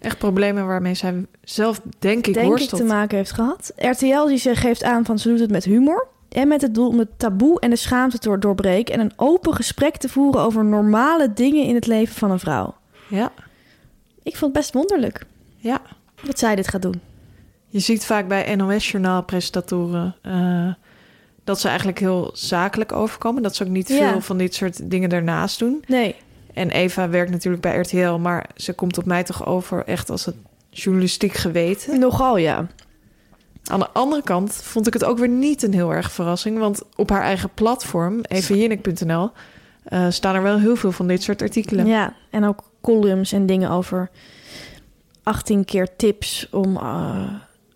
S1: Echt problemen waarmee zij zelf, denk ik,
S2: denk
S1: worstelt.
S2: ik te maken heeft gehad. RTL die ze geeft aan van ze doet het met humor. En met het doel om het taboe en de schaamte te doorbreken. En een open gesprek te voeren over normale dingen in het leven van een vrouw.
S1: Ja,
S2: Ik vond het best wonderlijk
S1: ja.
S2: dat zij dit gaat doen.
S1: Je ziet vaak bij NOS-journaalpresentatoren eh, dat ze eigenlijk heel zakelijk overkomen. Dat ze ook niet
S2: Ja.
S1: veel van dit soort dingen daarnaast doen.
S2: Nee.
S1: En Eva werkt natuurlijk bij RTL, maar ze komt op mij toch over echt als het journalistiek geweten.
S2: Nogal ja.
S1: Aan de andere kant vond ik het ook weer niet een heel erg verrassing. Want op haar eigen platform, evenjinnik.nl, eh, staan er wel heel veel van dit soort artikelen.
S2: Ja, en ook columns en dingen over 18 keer tips om eh,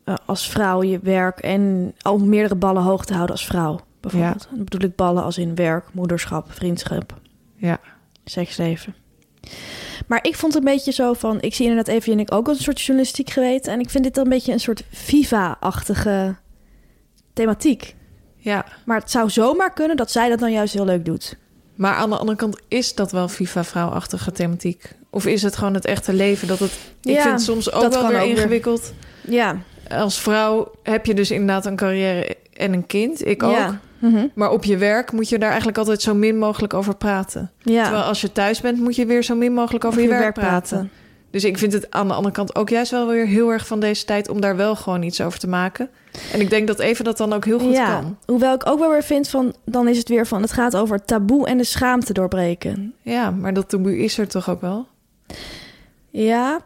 S2: eh, als vrouw je werk en al meerdere ballen hoog te houden als vrouw. Bijvoorbeeld. En Dan bedoel ik ballen als in werk, moederschap, vriendschap,
S1: Ja.
S2: seksleven. Maar ik vond het een beetje zo van, ik zie inderdaad even en ik ook als een soort journalistiek geweten. En ik vind dit dan een beetje een soort Viva-achtige thematiek.
S1: ja.
S2: Maar het zou zomaar kunnen dat zij dat dan juist heel leuk doet.
S1: Maar aan de andere kant is dat wel FIFA-vrouwachtige thematiek. Of is het gewoon het echte leven dat het. Ik
S2: Ja,
S1: vind het soms ook
S2: dat
S1: wel
S2: kan
S1: weer
S2: ook weer.
S1: ingewikkeld.
S2: Ja,
S1: Als vrouw heb je dus inderdaad een carrière en een kind. Ik
S2: ja.
S1: ook.
S2: Mhm.
S1: Maar op je werk moet je daar eigenlijk altijd zo min mogelijk over praten.
S2: ja.
S1: Terwijl als je thuis bent, moet je weer zo min mogelijk over je, werk praten. Dus ik vind het aan de andere kant ook juist wel weer heel erg van deze tijd om daar wel gewoon iets over te maken. En ik denk dat even dat dan ook heel goed
S2: ja,
S1: kan.
S2: hoewel ik ook wel weer vind van, dan is het weer van, het gaat over het taboe en de schaamte doorbreken.
S1: Ja, maar dat taboe is er toch ook wel?
S2: Ja,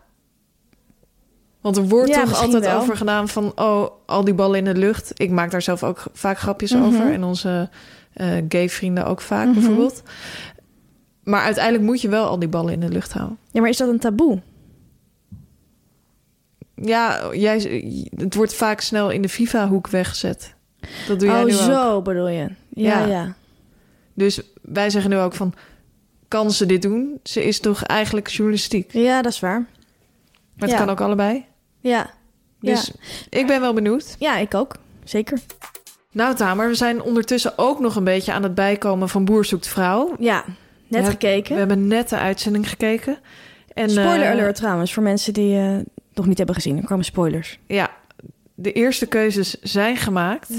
S1: Want er wordt
S2: Ja,
S1: toch
S2: misschien
S1: altijd
S2: wel.
S1: over gedaan van... oh, al die ballen in de lucht. Ik maak daar zelf ook g- vaak grapjes
S2: Mhm.
S1: over. En onze eh, gay vrienden ook vaak bijvoorbeeld. Maar uiteindelijk moet je wel al die ballen in de lucht houden.
S2: ja, maar is dat een taboe?
S1: Ja, jij, het wordt vaak snel in de FIFA-hoek weggezet. Dat doe jij
S2: oh,
S1: nu ook.
S2: zo bedoel je. Ja,
S1: Ja.
S2: ja.
S1: Dus wij zeggen nu ook van... kan ze dit doen? Ze is toch eigenlijk journalistiek?
S2: ja. dat is waar.
S1: Maar het
S2: Ja.
S1: kan ook allebei.
S2: Ja. Ja.
S1: Dus ik ben wel benieuwd.
S2: ja, ik ook. Zeker.
S1: Nou Tamer, we zijn ondertussen ook nog een beetje aan het bijkomen van Boer zoekt vrouw.
S2: Ja, net
S1: Ja,
S2: gekeken.
S1: We hebben net de uitzending gekeken. En,
S2: Spoiler
S1: eh,
S2: alert trouwens, voor mensen die eh, nog niet hebben gezien. Er kwamen spoilers.
S1: ja, de eerste keuzes zijn gemaakt.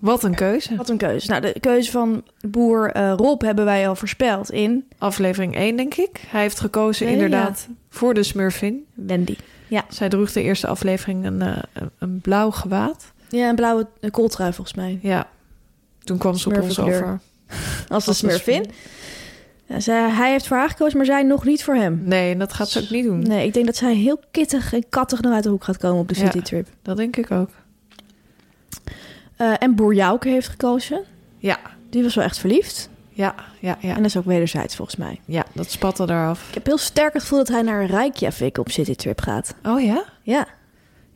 S1: Wat een keuze.
S2: Wat een keuze. Nou, de keuze van boer eh, Rob hebben wij al voorspeld in
S1: Aflevering 1, denk ik. Hij heeft gekozen
S2: Nee,
S1: inderdaad voor de Smurfin.
S2: Wendy. Ja.
S1: Zij droeg de eerste aflevering een, eh, een- een blauw gewaad.
S2: Ja, een blauwe eh, kooltrui volgens mij.
S1: Ja. Toen kwam ze op ons
S2: Smurfenkleur.
S1: over.
S2: Als de
S1: Als de
S2: smurfin. Ja, zij, hij heeft voor haar gekozen, maar zij nog niet voor hem.
S1: Nee, en dat gaat ze ook niet doen.
S2: Nee, ik denk dat zij heel kittig en kattig nog uit de hoek gaat komen op de
S1: Ja.
S2: citytrip.
S1: Dat denk ik ook.
S2: Eh, en Boer Jouke heeft gekozen.
S1: Ja,
S2: Die was wel echt verliefd.
S1: ja, ja, ja.
S2: En dat is ook wederzijds volgens mij.
S1: Ja, dat spatte eraf.
S2: Ik heb heel sterk het gevoel dat hij naar Reykjavik op citytrip gaat.
S1: Oh ja?
S2: Ja,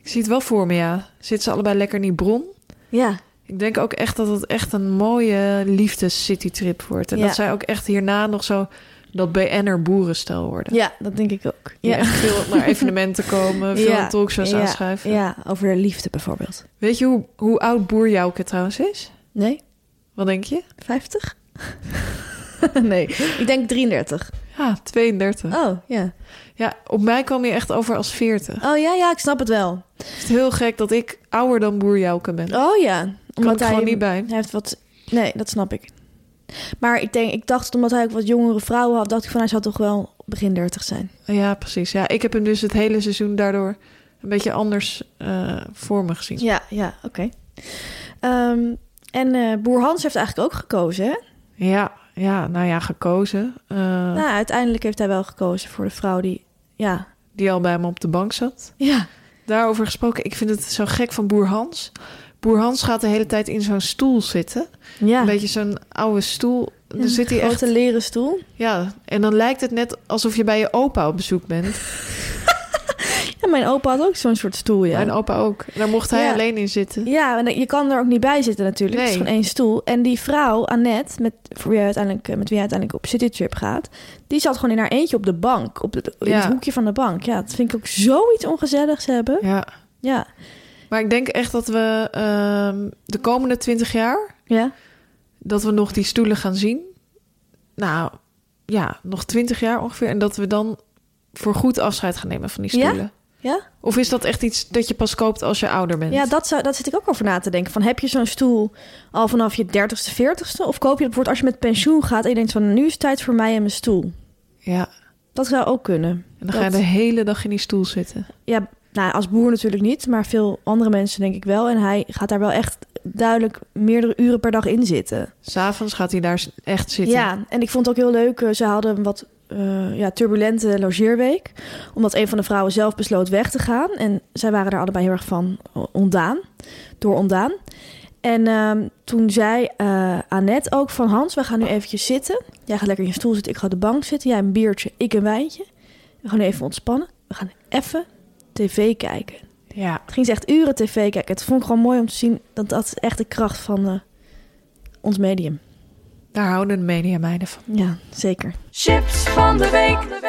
S1: Ik zie het wel voor me, ja. Zitten ze allebei lekker in die bron?
S2: ja.
S1: Ik denk ook echt dat het echt een mooie liefdes-citytrip wordt. En
S2: Ja.
S1: dat zij ook echt hierna nog zo dat BN'er boerenstel worden.
S2: Ja, dat denk ik ook.
S1: Die echt veel naar evenementen komen, veel
S2: Ja.
S1: aan talkshows
S2: Ja.
S1: aanschuiven.
S2: Ja, over de liefde bijvoorbeeld.
S1: Weet je hoe, hoe oud boer Jouke trouwens is?
S2: Nee?
S1: Wat denk je?
S2: 50? nee, ik denk 33.
S1: Ja, 32.
S2: Oh, ja.
S1: Ah, Ja, op mij kwam hij echt over als 40.
S2: Oh ja, ja, ik snap het wel.
S1: Het is heel gek dat ik ouder dan boer Jouke ben.
S2: Oh ja.
S1: ik gewoon niet bij.
S2: Hij heeft wat... Nee, dat snap ik. Maar ik denk, ik dacht omdat hij ook wat jongere vrouwen had, dacht ik van hij zou toch wel begin 30 zijn.
S1: Ja, precies. Ja, ik heb hem dus het hele seizoen daardoor een beetje anders eh, voor me gezien.
S2: Ja, ja, oké. Ehm, en eh, boer Hans heeft eigenlijk ook gekozen, hè?
S1: Ja, ja nou ja, gekozen. eh,
S2: Nou, uiteindelijk heeft hij wel gekozen voor de vrouw die... Ja,
S1: Die al bij hem op de bank zat.
S2: ja.
S1: Daarover gesproken, ik vind het zo gek van Boer Hans. Boer Hans gaat de hele tijd in zo'n stoel zitten.
S2: ja.
S1: Een beetje zo'n oude stoel. Dan
S2: Een
S1: zit hij echt...
S2: grote leren stoel.
S1: Ja, en dan lijkt het net alsof je bij je opa op bezoek bent.
S2: Ja, mijn opa had ook zo'n soort stoel, ja.
S1: Mijn opa ook. En daar mocht hij
S2: Ja.
S1: alleen in zitten.
S2: Ja, en je kan er ook niet bij zitten natuurlijk. Het is
S1: Nee.
S2: gewoon één stoel. En die vrouw, Annette, met, voor wie hij uiteindelijk, eh, met wie hij uiteindelijk op citytrip gaat... die zat gewoon in haar eentje op de bank. Op het, in
S1: Ja.
S2: het hoekje van de bank. Ja, dat vind ik ook zoiets ongezelligs hebben.
S1: Ja.
S2: Ja,
S1: Maar ik denk echt dat we ehm, de komende twintig jaar...
S2: ja.
S1: dat we nog die stoelen gaan zien. Nou, ja, nog twintig jaar ongeveer. En dat we dan voorgoed afscheid gaan nemen van die
S2: Ja?
S1: stoelen.
S2: Ja,
S1: Of is dat echt iets dat je pas koopt als je ouder bent?
S2: ja dat, zou, dat zit ik ook over na te denken. Van, heb je zo'n stoel al vanaf je dertigste, veertigste? Of koop je het voor als je met pensioen gaat... en je denkt van, nu is het tijd voor mij en mijn stoel.
S1: ja.
S2: Dat zou ook kunnen.
S1: En dan ga je
S2: Dat-
S1: de hele dag in die stoel zitten.
S2: Ja, nou, als boer natuurlijk niet, maar veel andere mensen denk ik wel. En hij gaat daar wel echt duidelijk meerdere uren per dag in zitten.
S1: S'avonds gaat hij daar echt zitten.
S2: Ja, en ik vond het ook heel leuk. eh, Ze hadden een wat eh, ja, turbulente logeerweek. Omdat een van de vrouwen zelf besloot weg te gaan. En zij waren daar allebei heel erg van ontdaan. Door ontdaan. En ehm, toen zei eh Annette ook van Hans, we gaan nu eventjes zitten. Jij gaat lekker in je stoel zitten, ik ga op de bank zitten. Jij een biertje, ik een wijntje. We gaan nu even ontspannen. We gaan even tv kijken.
S1: ja.
S2: Het ging ze echt uren tv kijken. Het vond ik gewoon mooi om te zien dat dat is echt de kracht van eh, ons medium.
S1: Daar houden de media meiden van.
S2: Ja, zeker.
S3: Chips van de week.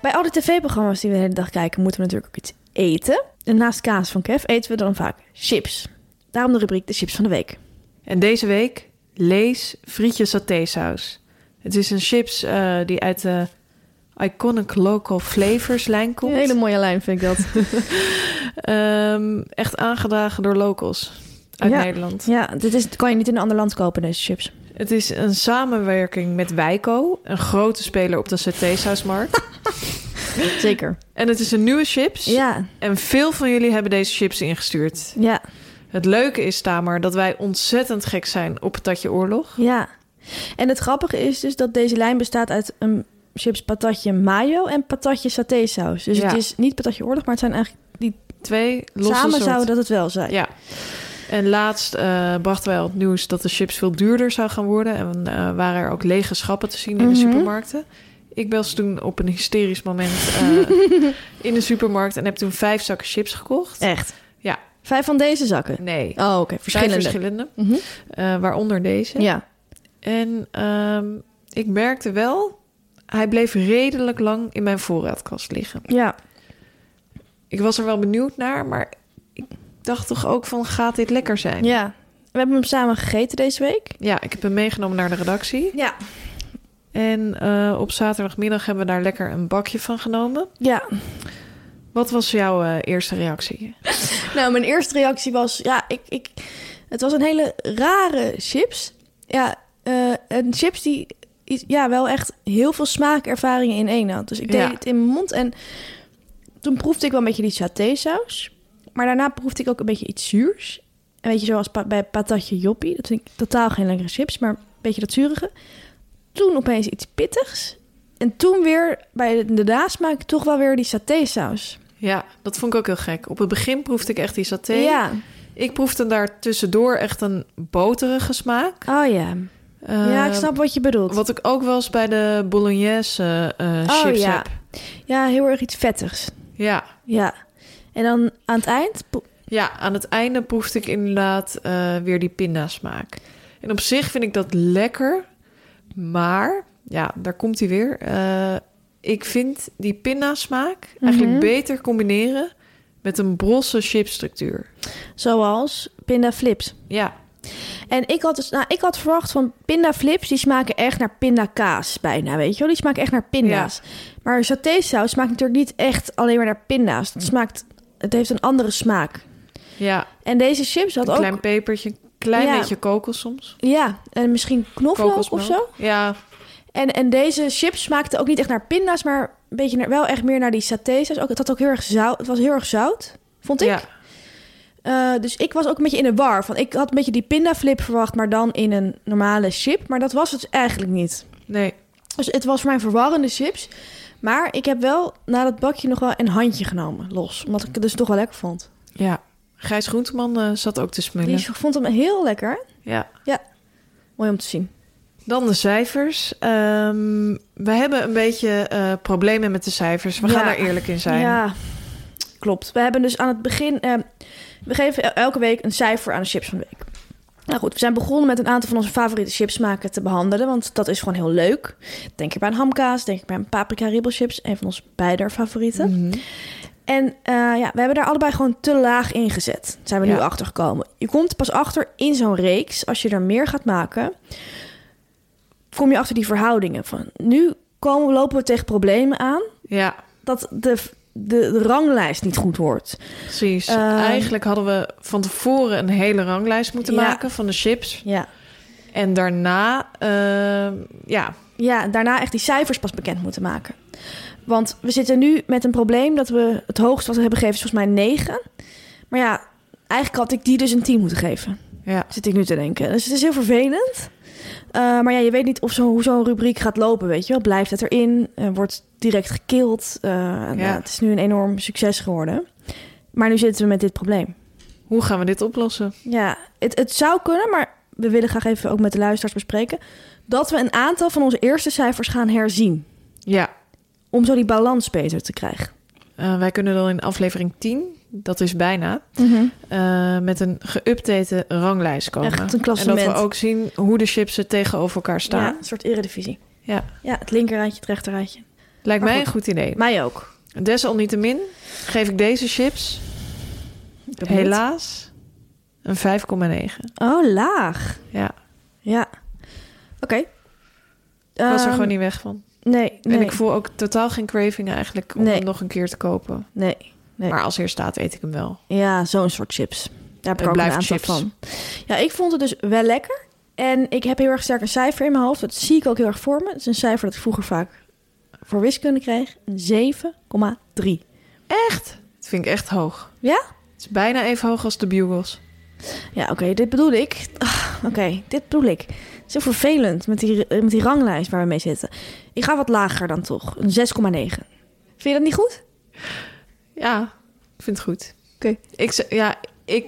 S2: Bij al die tv-programma's die we de hele dag kijken, moeten we natuurlijk ook iets eten. En naast kaas van Kev eten we dan vaak chips. Daarom de rubriek de chips van de week.
S1: En deze week lees frietje satésaus. Het is een chips eh, die uit de Iconic Local Flavors lijn komt.
S2: mooie lijn vind ik dat.
S1: Ehm, echt aangedragen door locals uit
S2: Ja.
S1: Nederland.
S2: ja, dit is, kan je niet in een ander land kopen, deze chips.
S1: Het is een samenwerking met Wijco, een grote speler op de satésausmarkt.
S2: Zeker.
S1: en het is een nieuwe chips.
S2: Ja,
S1: En veel van jullie hebben deze chips ingestuurd.
S2: ja,
S1: Het leuke is, Tamer, dat wij ontzettend gek zijn op het Tatje Oorlog.
S2: ja. En het grappige is dus dat deze lijn bestaat uit een chips patatje mayo en patatje satésaus. Dus
S1: Ja.
S2: het is niet patatje oorlog, maar het zijn eigenlijk die
S1: Twee losse
S2: Samen
S1: soorten.
S2: zou dat het wel zijn.
S1: Ja. En laatst eh, brachten wij al het nieuws dat de chips veel duurder zou gaan worden. En eh, waren er ook lege schappen te zien in
S2: Mhm.
S1: de supermarkten. Ik belde toen op een hysterisch moment eh, in de supermarkt en heb toen vijf zakken chips gekocht.
S2: Echt.
S1: Ja,
S2: Vijf van deze zakken.
S1: nee.
S2: Eh, Oh, oké.
S1: Vijf
S2: Verschillende.
S1: verschillende.
S2: Mhm.
S1: Eh, waaronder deze.
S2: Ja.
S1: En ehm, ik merkte wel, hij bleef redelijk lang in mijn voorraadkast liggen.
S2: Ja.
S1: Ik was er wel benieuwd naar, maar ik dacht toch ook van, gaat dit lekker zijn?
S2: Ja. We hebben hem samen gegeten deze week.
S1: Ja, ik heb hem meegenomen naar de redactie.
S2: Ja.
S1: En eh, op zaterdagmiddag hebben we daar lekker een bakje van genomen.
S2: Ja.
S1: Wat was jouw eh, eerste reactie?
S2: Nou, mijn eerste reactie was... Ja, ik... ik het was een hele rare chips. Ja, eh, een chips die... iets- Ja, wel echt heel veel smaakervaringen in één had. Dus ik deed
S1: Ja.
S2: het in mijn mond en... Toen proefde ik wel een beetje die satésaus. Maar daarna proefde ik ook een beetje iets zuurs. Een beetje zoals pa- bij patatje joppie. Dat vind ik totaal geen lekkere chips, maar een beetje dat zurige. Toen opeens iets pittigs. En toen weer bij de, de nasmaak toch wel weer die satésaus.
S1: Ja, dat vond ik ook heel gek. Op het begin proefde ik echt die saté.
S2: Ja.
S1: Ik proefde daar tussendoor echt een boterige smaak.
S2: Oh ja. ja, ik
S1: Eh,
S2: snap wat je bedoelt.
S1: Wat ik ook wel eens bij de bolognese eh,
S2: Oh,
S1: chips
S2: ja.
S1: heb.
S2: Ja, heel erg iets vettigs.
S1: Ja.
S2: Ja. En dan aan het eind... po-
S1: ja, aan het einde proefde ik inderdaad eh, weer die pindasmaak. En op zich vind ik dat lekker. Maar, ja, daar komt hij weer. Eh, ik vind die pindasmaak
S2: Mhm.
S1: eigenlijk beter combineren met een brosse chipstructuur.
S2: Zoals pinda flips.
S1: Ja,
S2: En ik had, dus, nou, ik had verwacht van pinda flips, die smaken echt naar pindakaas bijna, weet je wel? Die smaken echt naar pinda's. Maar satésaus smaakt natuurlijk niet echt alleen maar naar pinda's. Het, smaakt, het heeft een andere smaak.
S1: ja.
S2: En deze chips had
S1: Een
S2: ook...
S1: klein pepertje, een klein
S2: Ja.
S1: beetje kokos soms.
S2: Ja, en misschien knoflook of zo.
S1: Kokosmelk. Ja,
S2: En, en deze chips smaakte ook niet echt naar pinda's, maar een beetje naar, wel echt meer naar die satésaus. Ook, het, had ook heel erg zout, het was heel erg zout, vond ik.
S1: ja.
S2: Eh, dus ik was ook een beetje in de war. Van, ik had een beetje die pindaflip verwacht, maar dan in een normale chip. Maar dat was het eigenlijk niet.
S1: Nee,
S2: Dus het was voor mij verwarrende chips. Maar ik heb wel na dat bakje nog wel een handje genomen, los. Omdat ik het dus toch wel lekker vond.
S1: ja. Gijs Groenteman eh, zat ook te smullen.
S2: Die vond hem heel lekker. hè?
S1: Ja.
S2: Ja, mooi om te zien.
S1: Dan de cijfers. Ehm, we hebben een beetje eh, problemen met de cijfers. We
S2: Ja.
S1: gaan daar eerlijk in zijn.
S2: Ja, klopt. We hebben dus aan het begin... eh, we geven el- elke week een cijfer aan de chips van de week. Nou goed, we zijn begonnen met een aantal van onze favoriete chipsmaken te behandelen. Want dat is gewoon heel leuk. Denk ik bij een hamkaas, denk ik bij een paprika ribbelchips. Een van onze beide favorieten.
S1: Mhm.
S2: En eh, ja, we hebben daar allebei gewoon te laag in gezet. Zijn we nu
S1: Ja.
S2: achter gekomen. Je komt pas achter in zo'n reeks, als je er meer gaat maken, kom je achter die verhoudingen van. Nu komen, lopen we tegen problemen aan
S1: Ja,
S2: dat de, de, de ranglijst niet goed wordt.
S1: precies.
S2: Ehm,
S1: Eigenlijk hadden we van tevoren een hele ranglijst moeten
S2: Ja.
S1: maken van de chips.
S2: Ja.
S1: En daarna, ehm, ja,
S2: Ja, en daarna echt die cijfers pas bekend moeten maken. Want we zitten nu met een probleem dat we het hoogst wat we hebben gegeven is volgens mij 9. Maar ja, eigenlijk had ik die dus een 10 moeten geven.
S1: ja,
S2: Zit ik nu te denken. Dus het is heel vervelend. Eh, maar ja, je weet niet of zo, hoe zo'n rubriek gaat lopen, weet je wel. Blijft het erin? Eh, wordt direct gekild? Eh, en,
S1: Ja.
S2: eh, het is nu een enorm succes geworden. Maar nu zitten we met dit probleem.
S1: hoe gaan we dit oplossen?
S2: Ja, het, het zou kunnen, maar we willen graag even ook met de luisteraars bespreken... dat we een aantal van onze eerste cijfers gaan herzien...
S1: Ja,
S2: om zo die balans beter te krijgen.
S1: eh, wij kunnen dan in aflevering 10, dat is bijna, eh, met een geüpdate ranglijst komen.
S2: Mhm. Echt een
S1: En
S2: klassement.
S1: dat we ook zien hoe de chips er tegenover elkaar
S2: Ja,
S1: staan.
S2: een soort eredivisie.
S1: Ja,
S2: Ja, het linkerrijtje, het rechterrijtje.
S1: lijkt
S2: Maar
S1: mij een
S2: goed.
S1: goed idee.
S2: Mij ook.
S1: Desalniettemin geef ik deze chips
S2: Ik ben benieuwd.
S1: helaas een 5,9.
S2: Oh, laag.
S1: Ja,
S2: Ja. Oké.
S1: ik was er
S2: Ehm,
S1: gewoon niet weg van.
S2: Nee,
S1: En
S2: nee,
S1: ik voel ook totaal geen craving eigenlijk om
S2: Nee.
S1: hem nog een keer te kopen.
S2: nee. Nee.
S1: Maar als hij er staat, eet ik hem wel.
S2: Ja, zo'n soort chips. Daar heb ik
S1: Het
S2: ook een
S1: blijft
S2: aantal
S1: chips.
S2: van. Ja, ik vond het dus wel lekker. En ik heb heel erg sterk een cijfer in mijn hoofd. Dat zie ik ook heel erg voor me. Het is een cijfer dat ik vroeger vaak voor wiskunde kreeg. Een 7,3.
S1: Echt? Dat vind ik echt hoog.
S2: Ja?
S1: Het is bijna even hoog als de Bugles.
S2: Ja, oké, dit bedoel ik. Ah, Oké, dit bedoel ik. Het is heel vervelend met die, eh, met die ranglijst waar we mee zitten. Ik ga wat lager dan toch. Een 6,9. Vind je dat niet goed?
S1: Ja, ik vind het goed.
S2: Oké.
S1: Ik, z- ja, ik,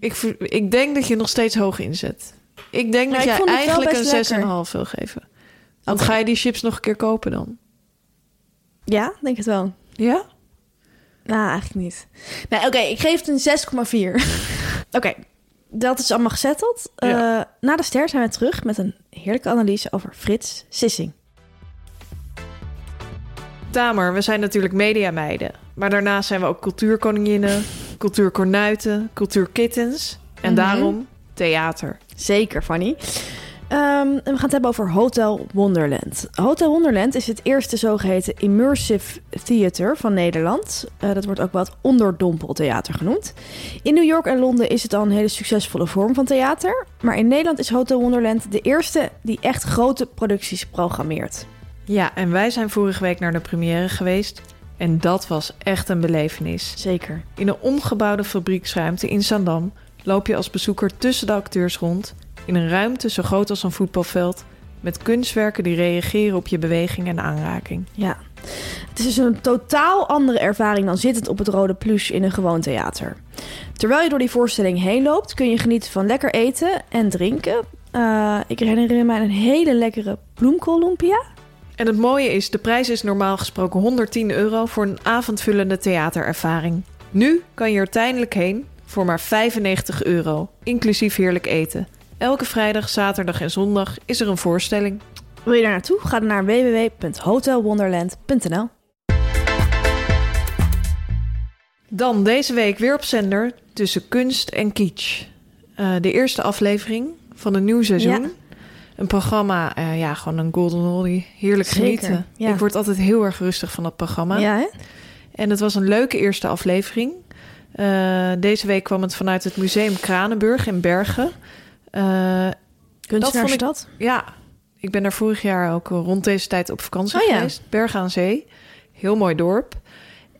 S1: ik, ver- ik denk dat je nog steeds hoog inzet. Ik denk
S2: Ja,
S1: dat
S2: Nou, ik
S1: jij
S2: vond het wel
S1: eigenlijk
S2: best lekker.
S1: een 6,5 wil geven. Want
S2: Oké.
S1: ga je die chips nog een keer kopen dan?
S2: Ja, denk het wel.
S1: Ja?
S2: Nou, eigenlijk niet. Nee, oké, ik geef het een 6,4. oké, dat is allemaal gezetteld.
S1: Ja.
S2: Eh, na de ster zijn we terug met een heerlijke analyse over Frits Sissing.
S1: Tamer, we zijn natuurlijk mediameiden. Maar daarnaast zijn we ook cultuurkoninginnen, cultuurkornuiten, cultuurkittens. En daarom theater.
S2: Zeker, Fanny. Ehm, en we gaan het hebben over Hotel Wonderland. Hotel Wonderland is het eerste zogeheten immersive theater van Nederland. Eh, dat wordt ook wel het onderdompeltheater genoemd. In New York en Londen is het al een hele succesvolle vorm van theater. Maar in Nederland is Hotel Wonderland de eerste die echt grote producties programmeert.
S1: Ja, en wij zijn vorige week naar de première geweest. En dat was echt een belevenis.
S2: Zeker.
S1: In een omgebouwde fabrieksruimte in Zandam loop je als bezoeker tussen de acteurs rond, in een ruimte zo groot als een voetbalveld, met kunstwerken die reageren op je beweging en aanraking.
S2: Ja. Het is dus een totaal andere ervaring dan zittend op het rode pluche in een gewoon theater. Terwijl je door die voorstelling heen loopt, kun je genieten van lekker eten en drinken. Eh, ik herinner me een hele lekkere bloemkoollumpia.
S1: En het mooie is, de prijs is normaal gesproken 110 euro voor een avondvullende theaterervaring. Nu kan je er tijdelijk heen voor maar 95 euro, inclusief heerlijk eten. Elke vrijdag, zaterdag en zondag is er een voorstelling.
S2: Wil je daar naartoe? Ga dan naar www.hotelwonderland.nl.
S1: Dan deze week weer op zender tussen kunst en kitsch. Eh, de eerste aflevering van een nieuw seizoen.
S2: Ja.
S1: Een programma, eh, ja, gewoon een golden ollie. Heerlijk
S2: Zeker,
S1: genieten.
S2: ja.
S1: Ik word altijd heel erg rustig van dat programma.
S2: Ja, hè?
S1: En het was een leuke eerste aflevering. Eh, deze week kwam het vanuit het Museum Kranenburg in Bergen. Eh,
S2: Kunstenaarsstad.
S1: ja, ik ben daar vorig jaar ook rond deze tijd op vakantie
S2: Oh ja.
S1: geweest. Bergen aan Zee. Heel mooi dorp.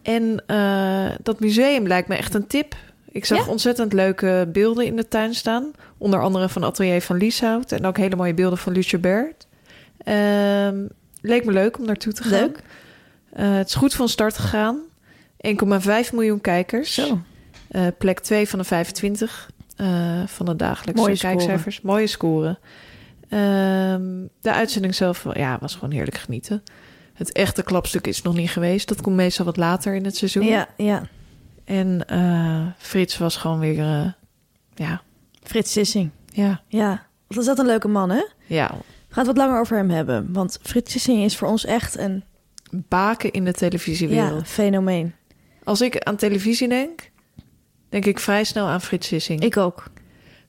S1: En eh, dat museum lijkt me echt een tip. Ik zag
S2: Ja?
S1: ontzettend leuke beelden in de tuin staan. Onder andere van Atelier van Lieshout. En ook hele mooie beelden van Lucie Bert. Ehm, leek me leuk om naartoe te gaan.
S2: Leuk.
S1: Eh, het is goed van start gegaan. 1,5 miljoen kijkers. Eh, plek 2 van de 25 eh, van de dagelijkse
S2: Mooie score.
S1: kijkcijfers. Mooie scoren. Ehm, de uitzending zelf ja, was gewoon heerlijk genieten. Het echte klapstuk is nog niet geweest. Dat komt meestal wat later in het seizoen.
S2: Ja, ja.
S1: En eh, Frits was gewoon weer... eh, ja,
S2: Frits Sissing.
S1: ja,
S2: Ja. Wat is dat een leuke man, hè?
S1: ja,
S2: We gaan het wat langer over hem hebben. Want Frits Sissing is voor ons echt een
S1: baken in de televisiewereld.
S2: ja, fenomeen.
S1: Als ik aan televisie denk, denk ik vrij snel aan Frits Sissing.
S2: Ik ook.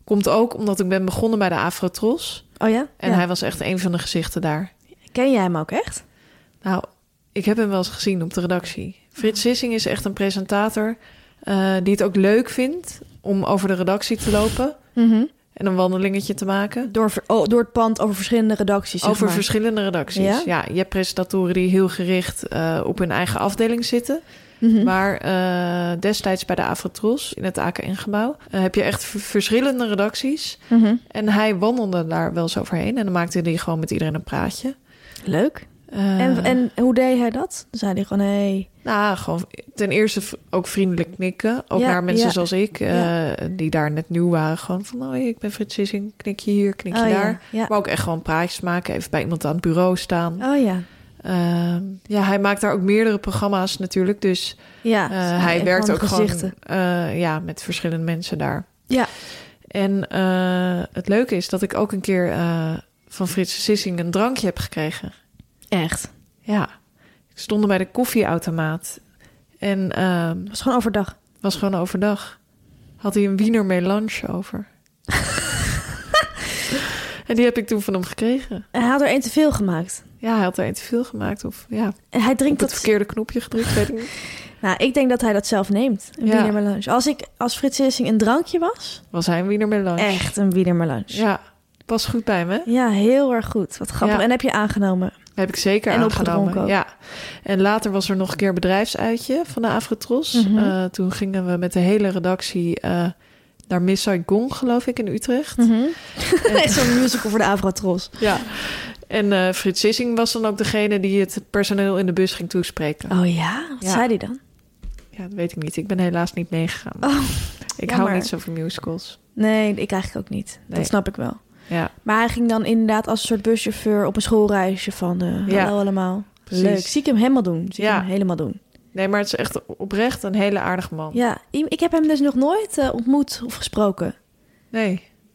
S1: Komt ook omdat ik ben begonnen bij de Afrotros.
S2: Oh ja?
S1: En
S2: Ja.
S1: hij was echt een van de gezichten daar.
S2: Ken jij hem ook echt?
S1: Nou, ik heb hem wel eens gezien op de redactie. Frits Sissing is echt een presentator eh, die het ook leuk vindt om over de redactie te lopen en een wandelingetje te maken.
S2: Door, ver- oh, door het pand over verschillende redacties. zeg
S1: Over
S2: maar.
S1: verschillende redacties.
S2: Ja?
S1: Ja? je hebt presentatoren die heel gericht eh, op hun eigen afdeling zitten. Maar eh, destijds bij de Avrotros in het AKN-gebouw heb je echt v- verschillende redacties. En hij wandelde daar wel eens overheen en dan maakte hij gewoon met iedereen een praatje.
S2: Leuk.
S1: Eh,
S2: En, en hoe deed hij dat? Dan zei hij gewoon, hé, hey,
S1: Nou, gewoon ten eerste v- ook vriendelijk knikken. Ook
S2: Ja,
S1: naar mensen
S2: ja.
S1: zoals ik, eh, die daar net nieuw waren. Gewoon van, oh, ik ben Frits Sissing, knik je hier, knik je
S2: Oh, ja,
S1: daar.
S2: ja.
S1: Maar ook echt gewoon praatjes maken, even bij iemand aan het bureau staan.
S2: oh ja.
S1: Ehm, ja, hij maakt daar ook meerdere programma's natuurlijk. Dus
S2: Ja,
S1: eh,
S2: Ah, dat zijn
S1: hij
S2: echt
S1: werkt ook
S2: gezichten.
S1: gewoon eh, ja, met verschillende mensen daar.
S2: Ja.
S1: En eh, het leuke is dat ik ook een keer eh, van Frits Sissing een drankje heb gekregen.
S2: Echt. Het
S1: Ja, ik stond bij de koffieautomaat. En ehm,
S2: was gewoon overdag.
S1: was gewoon overdag. Had hij een wiener melange over. en die heb ik toen van hem gekregen.
S2: En hij had er één te veel gemaakt.
S1: Ja, hij had er een te veel gemaakt. Of ja,
S2: En hij
S1: op
S2: drinkt
S1: het
S2: dat...
S1: verkeerde knopje gedrukt, weet ik niet.
S2: Nou, ik denk dat hij dat zelf neemt. Een
S1: Ja.
S2: wiener melange. Als, ik, als Frits Sissing een drankje was...
S1: Was hij een wiener melange?
S2: Echt een wiener melange.
S1: Ja, pas goed bij me.
S2: Ja, heel erg goed. Wat grappig.
S1: Ja.
S2: En heb je aangenomen.
S1: Heb ik zeker
S2: En opgedronken
S1: aangenomen.
S2: ook.
S1: Ja. En later was er nog een keer een bedrijfsuitje van de Afrotros.
S2: Mhm.
S1: Eh, toen gingen we met de hele redactie eh, naar Miss Saigon, geloof ik, in Utrecht.
S2: Mhm. Zo'n musical voor de Avrotros.
S1: Ja. En eh, Frits Sissing was dan ook degene die het personeel in de bus ging toespreken.
S2: Oh ja? Wat
S1: Ja.
S2: zei hij dan?
S1: Ja, dat weet ik niet. Ik ben helaas niet meegegaan. ik
S2: Oh, jammer.
S1: hou niet zo van musicals.
S2: Nee, ik eigenlijk ook niet.
S1: Nee.
S2: Dat snap ik wel.
S1: Ja,
S2: Maar hij ging dan inderdaad als een soort buschauffeur op een schoolreisje van... eh
S1: Ja.
S2: Hallo allemaal.
S1: Precies.
S2: Leuk. Zie ik hem helemaal doen. Zie ik
S1: Ja.
S2: hem helemaal doen.
S1: nee, maar het is echt oprecht een hele aardige man.
S2: Ja, i- ik heb hem dus nog nooit eh, ontmoet of gesproken.
S1: Nee,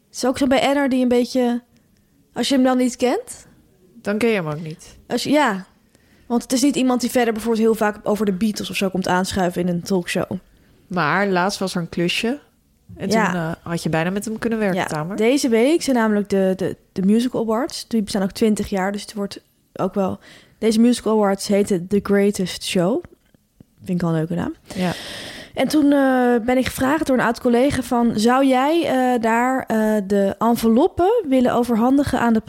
S2: Het is ook zo'n BN'er die een beetje... Als je hem dan niet kent...
S1: dan ken je hem ook niet.
S2: Als je, ja, want het is niet iemand die verder bijvoorbeeld heel vaak over de Beatles of zo komt aanschuiven in een talkshow.
S1: Maar laatst was er een klusje. En
S2: Ja.
S1: toen eh, had je bijna met hem kunnen werken,
S2: Ja,
S1: Tamer.
S2: deze week zijn namelijk de, de, de Musical Awards. Die bestaan ook 20 jaar, dus het wordt ook wel... Deze Musical Awards heten The Greatest Show. Vind ik al een leuke naam.
S1: Ja.
S2: En toen eh, ben ik gevraagd door een oud collega van... zou jij eh, daar eh, de enveloppen willen overhandigen aan de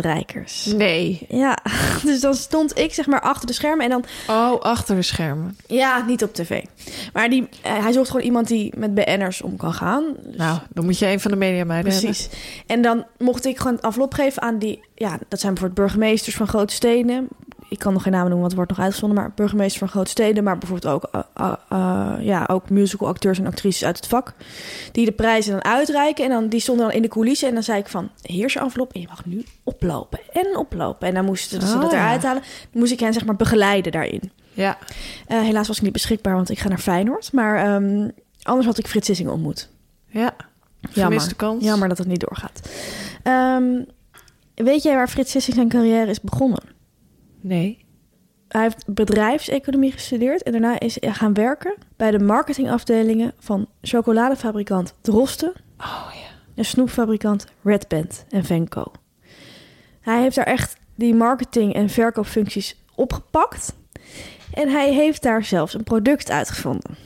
S2: prijsuitreikers?
S1: Nee.
S2: Ja, dus dan stond ik zeg maar achter de schermen en dan...
S1: Oh, achter de schermen.
S2: Ja, niet op tv. Maar die, eh, hij zocht gewoon iemand die met BN'ers om kan gaan.
S1: Nou, dan moet je een van de media meiden
S2: Precies. En dan mocht ik gewoon het envelop geven aan die... Ja, dat zijn bijvoorbeeld burgemeesters van grote steden. Ik kan nog geen namen noemen, want het wordt nog uitgezonden. Maar burgemeesters van grote steden. Maar bijvoorbeeld ook, eh, eh, eh, ja, ook musical acteurs en actrices uit het vak. Die de prijzen dan uitreiken. En dan, die stonden dan in de coulissen. En dan zei ik van, hier is je envelop. En je mag nu oplopen en oplopen. En dan moesten ze
S1: Oh,
S2: dat
S1: ja.
S2: eruit halen. Dan moest ik hen zeg maar begeleiden daarin.
S1: hebben. Ja.
S2: Eh, helaas was ik niet beschikbaar, want ik ga naar Feyenoord. Maar ehm, anders had ik Frits Sissing ontmoet.
S1: Ja. Gemiste kans.
S2: Jammer dat het niet doorgaat. Ehm, weet jij waar Frits Sissing zijn carrière is begonnen?
S1: Nee.
S2: Hij heeft bedrijfseconomie gestudeerd en daarna is hij gaan werken bij de marketingafdelingen van chocoladefabrikant Drosten
S1: Oh ja.
S2: en snoepfabrikant Red Band en Venco. Hij heeft daar echt die marketing- en verkoopfuncties opgepakt en hij heeft daar zelfs een product uitgevonden.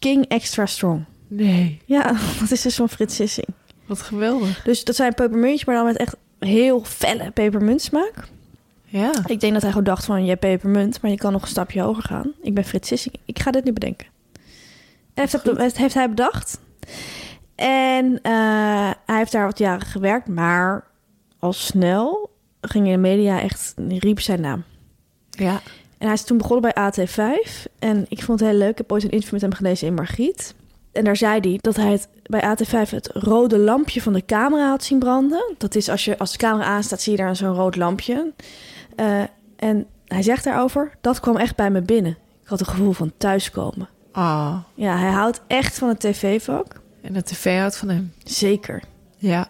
S2: King Extra Strong.
S1: Nee.
S2: Ja, dat is dus van Frits Sissing.
S1: Wat geweldig.
S2: Dus dat zijn pepermuntjes, maar dan met echt heel felle pepermuntsmaak.
S1: Ja.
S2: Ik denk dat hij gewoon dacht van, je hebt pepermunt, maar je kan nog een stapje hoger gaan. Ik ben Frits Sissing, ik ga dit nu bedenken. En heeft, dat- heeft, heeft hij bedacht. En eh, hij heeft daar wat jaren gewerkt, maar al snel ging in de media echt, riep zijn naam.
S1: Ja.
S2: En hij is toen begonnen bij AT5. En ik vond het heel leuk. Ik heb ooit een interview met hem gelezen in Margriet. En daar zei hij dat hij het, bij AT5 het rode lampje van de camera had zien branden. Dat is als, je, als de camera aanstaat, zie je daar zo'n rood lampje. Eh, en hij zegt daarover, dat kwam echt bij me binnen. Ik had een gevoel van thuiskomen.
S1: Ah.
S2: Ja, hij houdt echt van het tv-vak.
S1: En de tv houdt van hem.
S2: Zeker.
S1: Ja.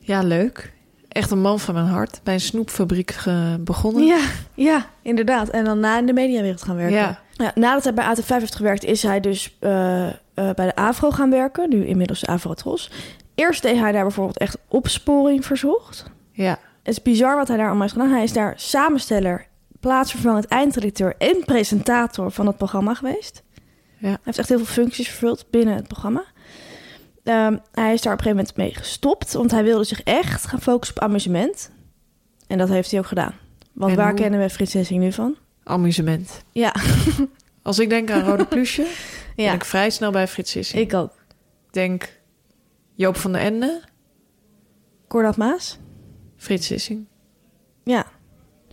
S1: Ja, leuk. Echt een man van mijn hart. Bij een snoepfabriek eh, begonnen.
S2: Ja, ja, inderdaad. En dan na in de mediawereld gaan werken.
S1: Ja.
S2: Ja, nadat hij bij AT5 heeft gewerkt, is hij dus eh, eh, bij de AVRO gaan werken. Nu inmiddels de AVRO Tros. Eerst deed hij daar bijvoorbeeld echt opsporing verzocht.
S1: Ja.
S2: Het is bizar wat hij daar allemaal heeft gedaan. Hij is daar samensteller, plaatsvervangend eindredacteur en presentator van het programma geweest.
S1: Ja.
S2: Hij heeft echt heel veel functies vervuld binnen het programma. Ehm, hij is daar op een gegeven moment mee gestopt, want hij wilde zich echt gaan focussen op amusement. En dat heeft hij ook gedaan. Want
S1: En
S2: waar
S1: hoe-
S2: kennen we Frits Hessing nu van?
S1: Amusement.
S2: Ja,
S1: Als ik denk aan Rode Plusje, ben
S2: ja.
S1: ik vrij snel bij Frits Sissing.
S2: ik ook.
S1: Ik denk Joop van der Ende,
S2: Cordat Maas?
S1: Frits Sissing.
S2: Ja.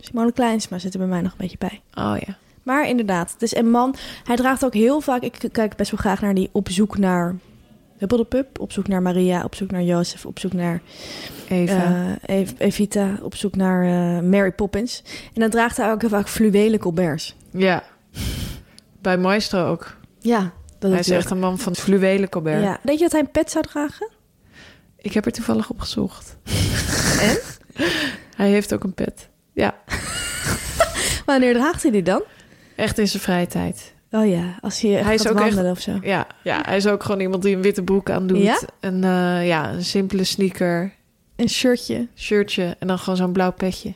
S2: Simone Kleinsma zit er bij mij nog een beetje bij.
S1: Oh ja.
S2: Maar inderdaad, het is een man. Hij draagt ook heel vaak. Ik kijk best wel graag naar die op zoek naar Huppel de Pup, op zoek naar Maria, op zoek naar Jozef, op zoek naar
S1: Eva.
S2: eh, Ev- Evita, op zoek naar eh, Mary Poppins. En dan draagt hij ook heel vaak fluwelen colberts.
S1: Ja. Bij Maestro ook.
S2: Ja,
S1: Hij
S2: dat is
S1: is
S2: hij
S1: echt een man van fluwelen Colbert.
S2: Ja. Denk je dat hij een pet zou dragen?
S1: Ik heb er toevallig op gezocht. en? Hij heeft ook een pet. Ja.
S2: Wanneer draagt hij die dan?
S1: Echt in zijn vrije tijd.
S2: Oh ja, als hij,
S1: Hij is
S2: gaat
S1: ook echt-
S2: wandelen of zo.
S1: Ja. ja. Hij is ook gewoon iemand die een witte broek aandoet.
S2: Ja?
S1: En eh, ja, een simpele sneaker,
S2: Een shirtje.
S1: shirtje en dan gewoon zo'n blauw petje.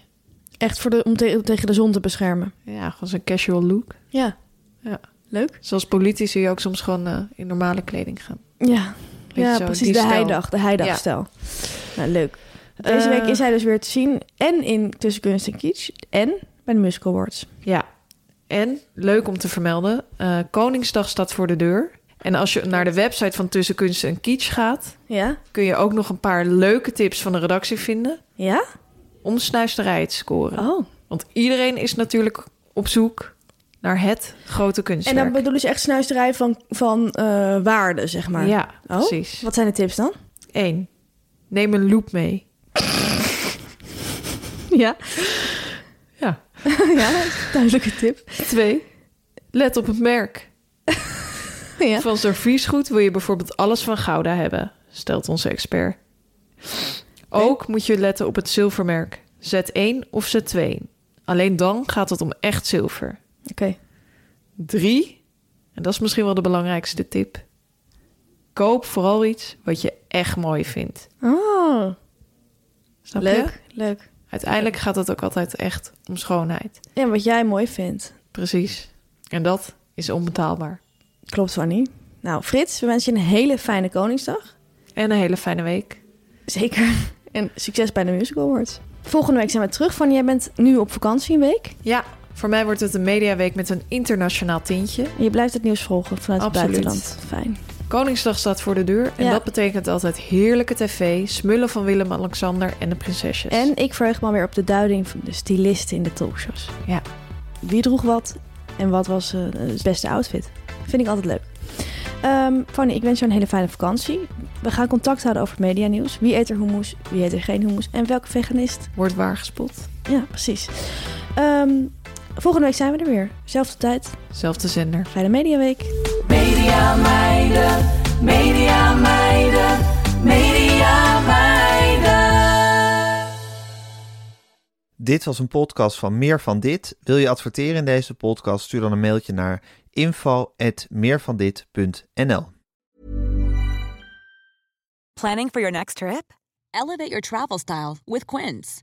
S2: Echt voor de, om, te- om tegen de zon te beschermen.
S1: Ja, gewoon zo'n casual look.
S2: Ja.
S1: Ja.
S2: Leuk.
S1: Zoals politici ook soms gewoon eh, in normale kleding gaan.
S2: Ja,
S1: Weet je
S2: ja
S1: zo,
S2: precies.
S1: die
S2: De
S1: stijl.
S2: heidag, de heidagstijl. Nou, leuk. Deze
S1: Eh,
S2: week is hij dus weer te zien. En in Tussen Kunst en Kitsch. En bij de Musical Awards.
S1: Ja. En, leuk om te vermelden, eh, Koningsdag staat voor de deur. En als je naar de website van Tussen Kunst en Kitsch gaat...
S2: Ja?
S1: kun je ook nog een paar leuke tips van de redactie vinden...
S2: Ja?
S1: om snuisterij te scoren.
S2: Oh.
S1: Want iedereen is natuurlijk op zoek naar het grote
S2: En
S1: kunstwerk.
S2: dan bedoelen ze echt snuisterij van, van eh, waarde, zeg maar.
S1: Ja,
S2: Oh,
S1: precies.
S2: Wat zijn de tips dan?
S1: 1. Neem een loop mee.
S2: Ja.
S1: Ja.
S2: ja, duidelijke tip.
S1: 2. Let op het merk.
S2: Ja.
S1: Van serviesgoed wil je bijvoorbeeld alles van Gouda hebben, stelt onze expert. Ook moet je letten op het zilvermerk Z1 of Z2. Alleen dan gaat het om echt zilver.
S2: Oké.
S1: Drie, en dat is misschien wel de belangrijkste tip. Koop vooral iets wat je echt mooi vindt.
S2: Oh,
S1: Snap je?
S2: leuk. Leuk.
S1: Uiteindelijk gaat het ook altijd echt om schoonheid.
S2: En wat jij mooi vindt.
S1: Precies. En dat is onbetaalbaar.
S2: Klopt, Fanny. Nou, Frits, we wensen je een hele fijne Koningsdag.
S1: En een hele fijne week.
S2: Zeker. En succes bij de Music Awards. Volgende week zijn we terug. Fanny, jij bent nu op vakantie een week.
S1: Ja, voor mij wordt het een mediaweek met een internationaal tintje.
S2: En je blijft het nieuws volgen vanuit
S1: Absoluut.
S2: het buitenland. Fijn.
S1: Koningsdag staat voor de deur en
S2: Ja.
S1: dat betekent altijd heerlijke tv, smullen van Willem-Alexander en de prinsesjes.
S2: En ik verheug me alweer op de duiding van de stylisten in de talkshows.
S1: Ja.
S2: Wie droeg wat en wat was eh, het beste outfit? Vind ik altijd leuk. Ehm, Fanny, ik wens jou een hele fijne vakantie. We gaan contact houden over het medianieuws. Wie eet er hummus, wie eet er geen hummus en welke veganist?
S1: Wordt waargespot.
S2: Ja, precies. Ehm, volgende week zijn we er weer. Zelfde tijd,
S1: Zelfde zender.
S2: fijne mediaweek.
S3: Media meiden, media meiden, media meiden.
S4: Dit was een podcast van Meer van Dit. Wil je adverteren in deze podcast? Stuur dan een mailtje naar info.meervandit.nl
S5: Planning for your next trip?
S6: Elevate your travel style with Quince.